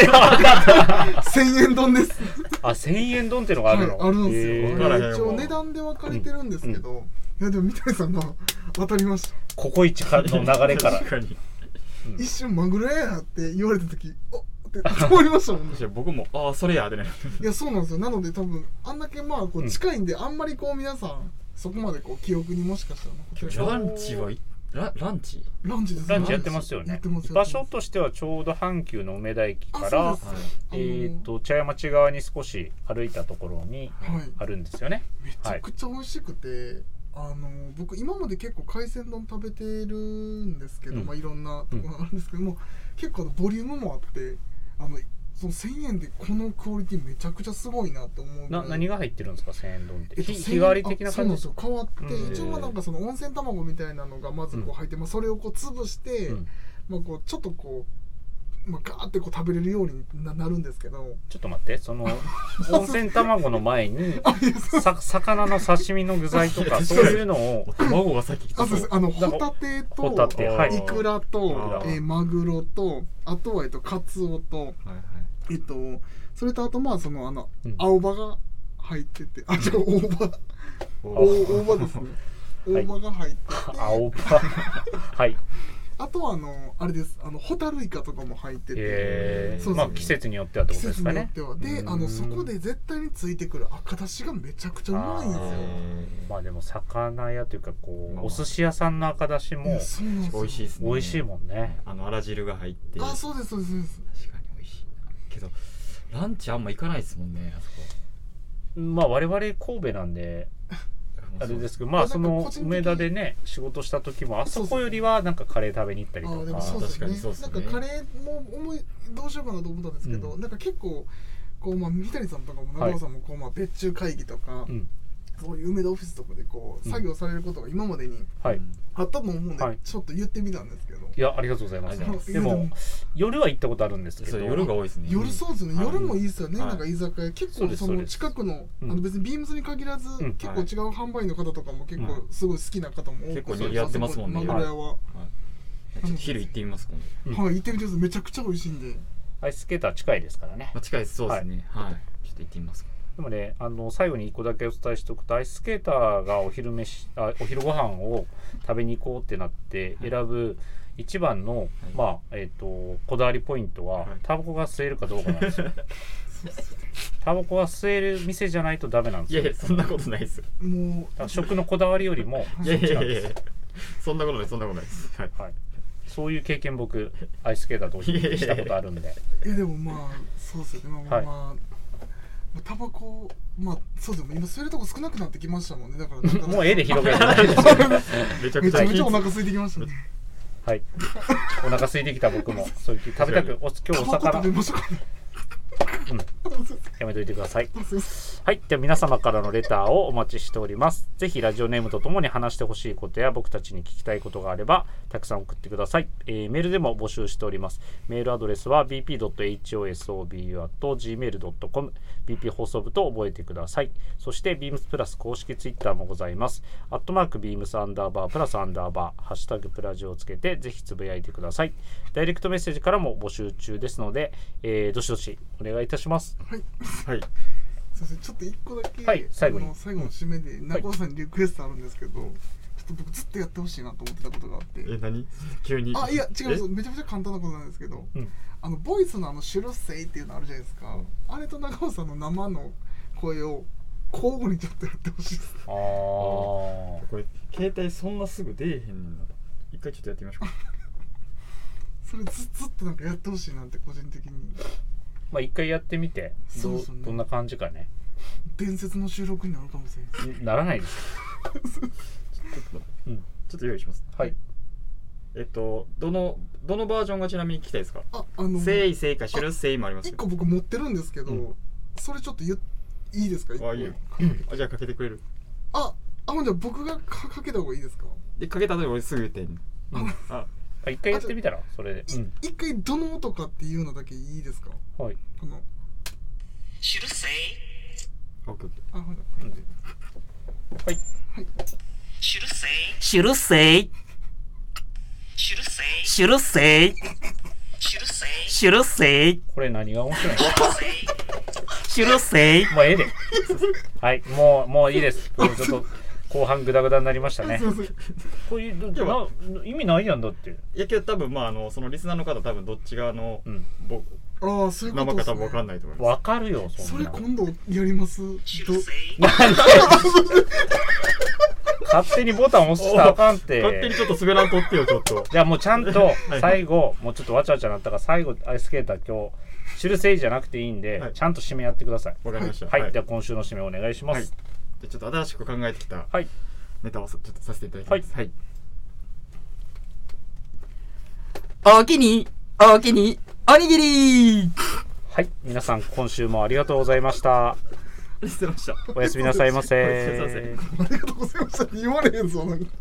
Speaker 2: 千円丼です。
Speaker 1: あ、千円丼ってのが
Speaker 2: は
Speaker 1: あ
Speaker 2: い
Speaker 1: るの。
Speaker 2: あるんです
Speaker 1: え
Speaker 2: よ。
Speaker 1: ー
Speaker 3: わからへん
Speaker 2: 一応値段で分かれてるんですけど、いやでも三谷さんが当たりました。
Speaker 1: ココイチかの流れから
Speaker 3: 確。かに
Speaker 2: 一瞬マグロ屋やって言われた時、おっって思いましたもんね
Speaker 3: そし。て僕もああそれやでね
Speaker 2: いやそうなんですよなので多分あんだけまあこ
Speaker 1: う
Speaker 2: うん近いんで、あんまりこう皆さんそこまでこう記憶にもしかしたら残って
Speaker 3: ラ
Speaker 2: ない
Speaker 3: ンチはいラランチ
Speaker 2: ランチですね
Speaker 1: ランチやってますよ
Speaker 2: やっ
Speaker 1: ね
Speaker 2: てます。
Speaker 1: 場所としてはちょうど阪急の梅田駅から
Speaker 2: あそ、う
Speaker 3: は
Speaker 2: あ
Speaker 3: い
Speaker 2: の
Speaker 1: えっと、茶屋町側に少し歩いたところに
Speaker 2: はい
Speaker 1: あるんですよね。
Speaker 2: めちゃくちゃ美味しくて、あの僕今まで結構海鮮丼食べてるんですけど、
Speaker 1: うん
Speaker 2: まあいろんなところあるんですけども、結構あのボリュームもあってあのその1000円でこのクオリティめちゃくちゃすごいなと思うぐら
Speaker 1: ない何が入ってるんですか、千円丼って。
Speaker 2: えっと
Speaker 1: 日日替わり的な感じ
Speaker 2: あそうなんですよ変わっ
Speaker 1: うん
Speaker 2: て一応まあなんかその温泉卵みたいなのがまずこう入って、まあ、それをこう潰して、
Speaker 1: うん
Speaker 2: まあ、こうちょっとこう、まあ、ガーってこう食べれるようにななるんですけど
Speaker 1: ちょっと待って、その温泉卵の前に
Speaker 2: あいやそう
Speaker 1: さ魚の刺身の具材と かそういうのを
Speaker 3: もう卵がさっき来た
Speaker 2: あそうですあのホタテ
Speaker 1: ホタ
Speaker 2: と
Speaker 1: テはい
Speaker 2: イクラと
Speaker 3: あ、ー
Speaker 2: えーマグロとあとはえっとカツオと
Speaker 3: はいはい
Speaker 2: えっとそれとあとまあそのあの
Speaker 1: うん
Speaker 2: 青葉が入っててあ違う大葉
Speaker 3: お
Speaker 2: お大葉ですね
Speaker 1: はい
Speaker 2: 大葉が入ってて、
Speaker 1: 青葉 はい
Speaker 2: あとはあのあれですあのホタルイカとかも入ってて、
Speaker 1: えー
Speaker 2: そう
Speaker 1: ま
Speaker 2: そう
Speaker 1: あ季節によってはって
Speaker 2: 季
Speaker 1: ことです
Speaker 2: 節
Speaker 1: か
Speaker 2: によっ
Speaker 1: ね
Speaker 2: てはで
Speaker 1: うん
Speaker 2: あのそこで絶対についてくる赤だしがめちゃくちゃうまいんですよ
Speaker 1: まあでも魚屋というかこ
Speaker 3: まあ
Speaker 1: うお寿司屋さんの赤だし
Speaker 2: いや
Speaker 1: も
Speaker 2: そうなんですよ
Speaker 3: 美味しいですね
Speaker 1: 美味しいもんね
Speaker 3: あのあら汁が入って
Speaker 2: あそうですそうですそうです
Speaker 3: 確かに美味しいけどランチあんま行かないですもんねあそこ
Speaker 1: まあ我々神戸なんであれですけどま
Speaker 2: ま
Speaker 1: あ
Speaker 2: あ
Speaker 1: そ
Speaker 2: なんか
Speaker 1: の
Speaker 2: 個人的に
Speaker 1: 梅田でね仕事した時もあそこよりはなんかカレー食べに行ったり
Speaker 2: あ
Speaker 1: と
Speaker 2: ーで
Speaker 1: か
Speaker 2: もそうですよね
Speaker 3: 確かにそうですね
Speaker 2: なんかカレーも思いどうしようかなと思ったんですけど、
Speaker 1: う
Speaker 2: なんか結構こうまあ三谷さんとかも
Speaker 1: はい
Speaker 2: 中尾さんもこうまあ別注会議とか、
Speaker 1: うん
Speaker 2: そういう梅田オフィスとかでこ
Speaker 1: う
Speaker 2: う
Speaker 1: ん
Speaker 2: 作業されることが今までに
Speaker 1: はい
Speaker 2: あったと思うんで、
Speaker 1: はい
Speaker 2: ちょっと言ってみたんですけど、
Speaker 1: いやありがとうございま
Speaker 3: あ
Speaker 1: す
Speaker 3: りがとうご
Speaker 2: ざい
Speaker 1: で
Speaker 2: ます
Speaker 1: も夜は行ったことあるんですけ
Speaker 3: そ
Speaker 1: ど
Speaker 3: う夜が多いですね
Speaker 2: 夜そうですよね、
Speaker 3: はい
Speaker 2: 夜もいいですよね、
Speaker 3: はい
Speaker 2: なんか居酒屋結
Speaker 1: そう
Speaker 2: 構
Speaker 1: です
Speaker 2: そ
Speaker 1: そう
Speaker 2: の
Speaker 1: です
Speaker 2: 近くの,、
Speaker 1: うん
Speaker 2: あの別にビームズに限らず、
Speaker 1: うん
Speaker 2: 結構違う販売員の方とかも結構すごい好きな方も多く
Speaker 3: 結構賑わってますもんね
Speaker 2: マグロ屋は、
Speaker 3: ちょっと昼行ってみます今度
Speaker 1: うん
Speaker 2: はい行ってみてくださいめちゃくちゃ美味しいんで
Speaker 1: アイススケーター近いですからね
Speaker 3: まあ近いですそうですねはいちょっと行ってみます
Speaker 1: でもね、あの最後に1個だけお伝えしておくと、アイススケーターがお昼飯あお昼ご飯を食べに行こうってなって
Speaker 3: はい
Speaker 1: 選ぶ一番の、まあえっ、とこだわりポイントは、
Speaker 3: はい
Speaker 1: タバコが吸えるかどうかなん ですよ。タバコは吸える店じゃないとダメなんです
Speaker 3: い
Speaker 1: よ。
Speaker 3: やいやそんなことないですよ
Speaker 2: も
Speaker 1: だから食のこだわりよりも、
Speaker 3: いやいやいやいやそんなことないそんなことないですはい
Speaker 1: はい、そういう経験僕アイススケーターとお昼にしたことあるんで、
Speaker 2: ういやでもまあそうですよねまあまあ、
Speaker 1: はい
Speaker 2: まあまあタバコまあそうですね今吸えるとこ少なくなってきましたもんねだからなんか
Speaker 1: もう絵 で広げる じゃないですよ。
Speaker 3: めちゃ
Speaker 2: め
Speaker 3: く
Speaker 2: ち
Speaker 3: ち
Speaker 2: ゃ
Speaker 3: ゃ
Speaker 2: めちゃお腹空いてきましたね
Speaker 1: はい。お腹空いてきた僕もそういう気食べたくお今日
Speaker 2: タ
Speaker 1: お
Speaker 2: バコ
Speaker 1: 魚
Speaker 2: 食べましょうか
Speaker 1: うん
Speaker 2: ね
Speaker 1: やめといてください。
Speaker 2: そうです
Speaker 1: はい。では皆様からのレターをお待ちしております。ぜひラジオネームとともに話してほしいことや僕たちに聞きたいことがあれば、たくさん送ってください。えーメールでも募集しております。メールアドレスは bp.hosobu.gmail.com、bp 放送部と覚えてください。そして beams プラス公式ツイッターもございます。アットマーク beams アンダーバープラスアンダーバー、ハッシュタグプラジオをつけてぜひつぶやいてください。ダイレクトメッセージからも募集中ですので、えーどしどしお願いいたします。
Speaker 2: はい
Speaker 3: はい
Speaker 2: すいませんちょっと一個だけ、
Speaker 1: はい最後に
Speaker 2: あの最後の締めで中尾さんにリクエストあるんですけど、ちょっと僕ずっとやってほしいなと思ってたことがあって
Speaker 3: え何急に
Speaker 2: あいや違います
Speaker 3: え
Speaker 2: めちゃめちゃ簡単なことなんですけど、
Speaker 1: うん
Speaker 2: あのボイスのあの「シュルッセイ」っていうのあるじゃないですか、あれと中尾さんの生の声を交互にちょっとやってほしいです
Speaker 1: あー。
Speaker 3: これ携帯そんなすぐ出えへんの一回ちょっとやってみましょうか
Speaker 2: それずずっとなんかやってほしいなんて個人的に
Speaker 1: まあ一回やってみて
Speaker 2: そう
Speaker 1: ど
Speaker 2: ですね
Speaker 1: どんな感じかね
Speaker 2: 伝説の収録になるかもしれないです
Speaker 1: ならないです
Speaker 3: ちょっと待って
Speaker 1: うん
Speaker 3: ちょっと用意します
Speaker 1: はい
Speaker 3: えっとどのどのバージョンがちなみに聞きたいですか
Speaker 2: ああの
Speaker 3: せいせいかしゅるせいもあります
Speaker 2: 一
Speaker 3: よ
Speaker 2: 個僕持ってるんですけど、
Speaker 1: うん
Speaker 2: それちょっと言っいいですか一個
Speaker 3: あいい よあじゃあかけてくれる
Speaker 2: ああほんじゃあ僕がかかけた方がいいですか
Speaker 3: でかけたとき俺すぐ言ってんの
Speaker 1: うん
Speaker 3: あ
Speaker 1: あ一回やってみたらそれで、
Speaker 2: い一回どの音かっていうのだけいいですか
Speaker 1: うん、はい
Speaker 2: この
Speaker 3: オッケーオッケ
Speaker 2: あほ
Speaker 1: は
Speaker 2: ら
Speaker 1: い
Speaker 2: はい
Speaker 4: シュルセイシュルセイシュルセイ
Speaker 1: これ何が面白いの
Speaker 4: シュルセイ
Speaker 1: もうええではいもうもういいですもうちょっと後半グダグダになりました ね
Speaker 3: ー。
Speaker 1: これな
Speaker 3: では
Speaker 1: 意味ないやんだって
Speaker 3: いやけど多分まああのそのリスナーの方多分どっち側の
Speaker 1: うん
Speaker 3: ぼ
Speaker 2: ああそういうこ
Speaker 3: 生
Speaker 2: とです、
Speaker 3: か
Speaker 2: ね、
Speaker 3: 多分わかんないと思いま
Speaker 1: わかるよそ
Speaker 2: そ
Speaker 1: ん
Speaker 2: れ
Speaker 1: なの
Speaker 2: 今度やりますど
Speaker 1: 勝手にボタン押したらあかんっ
Speaker 3: す。
Speaker 1: て
Speaker 3: 勝手にちょっと滑らんとってよちょっと。
Speaker 1: じゃあもうちゃんと
Speaker 3: はい
Speaker 1: 最後もうちょっとわちゃわちゃなったから最後アイススケーター今日シュルセイじゃなくていいんで、
Speaker 3: はい
Speaker 1: ちゃんと締めやってください
Speaker 3: わかりました。
Speaker 1: はい、
Speaker 3: はい
Speaker 1: では今週の締めお願いしま
Speaker 3: はい
Speaker 1: す
Speaker 3: でちょっと新しく考えてきた
Speaker 1: はい、
Speaker 3: ネタをさちょっとさせていただきます。はい。
Speaker 4: おおきにおおきにおにぎり
Speaker 1: はい、皆さん今週もありがとうございました
Speaker 3: 失礼しました。
Speaker 1: おやすみなさいま
Speaker 3: おやすみなさい
Speaker 1: せ
Speaker 2: ありがとうございました言われへんぞなんか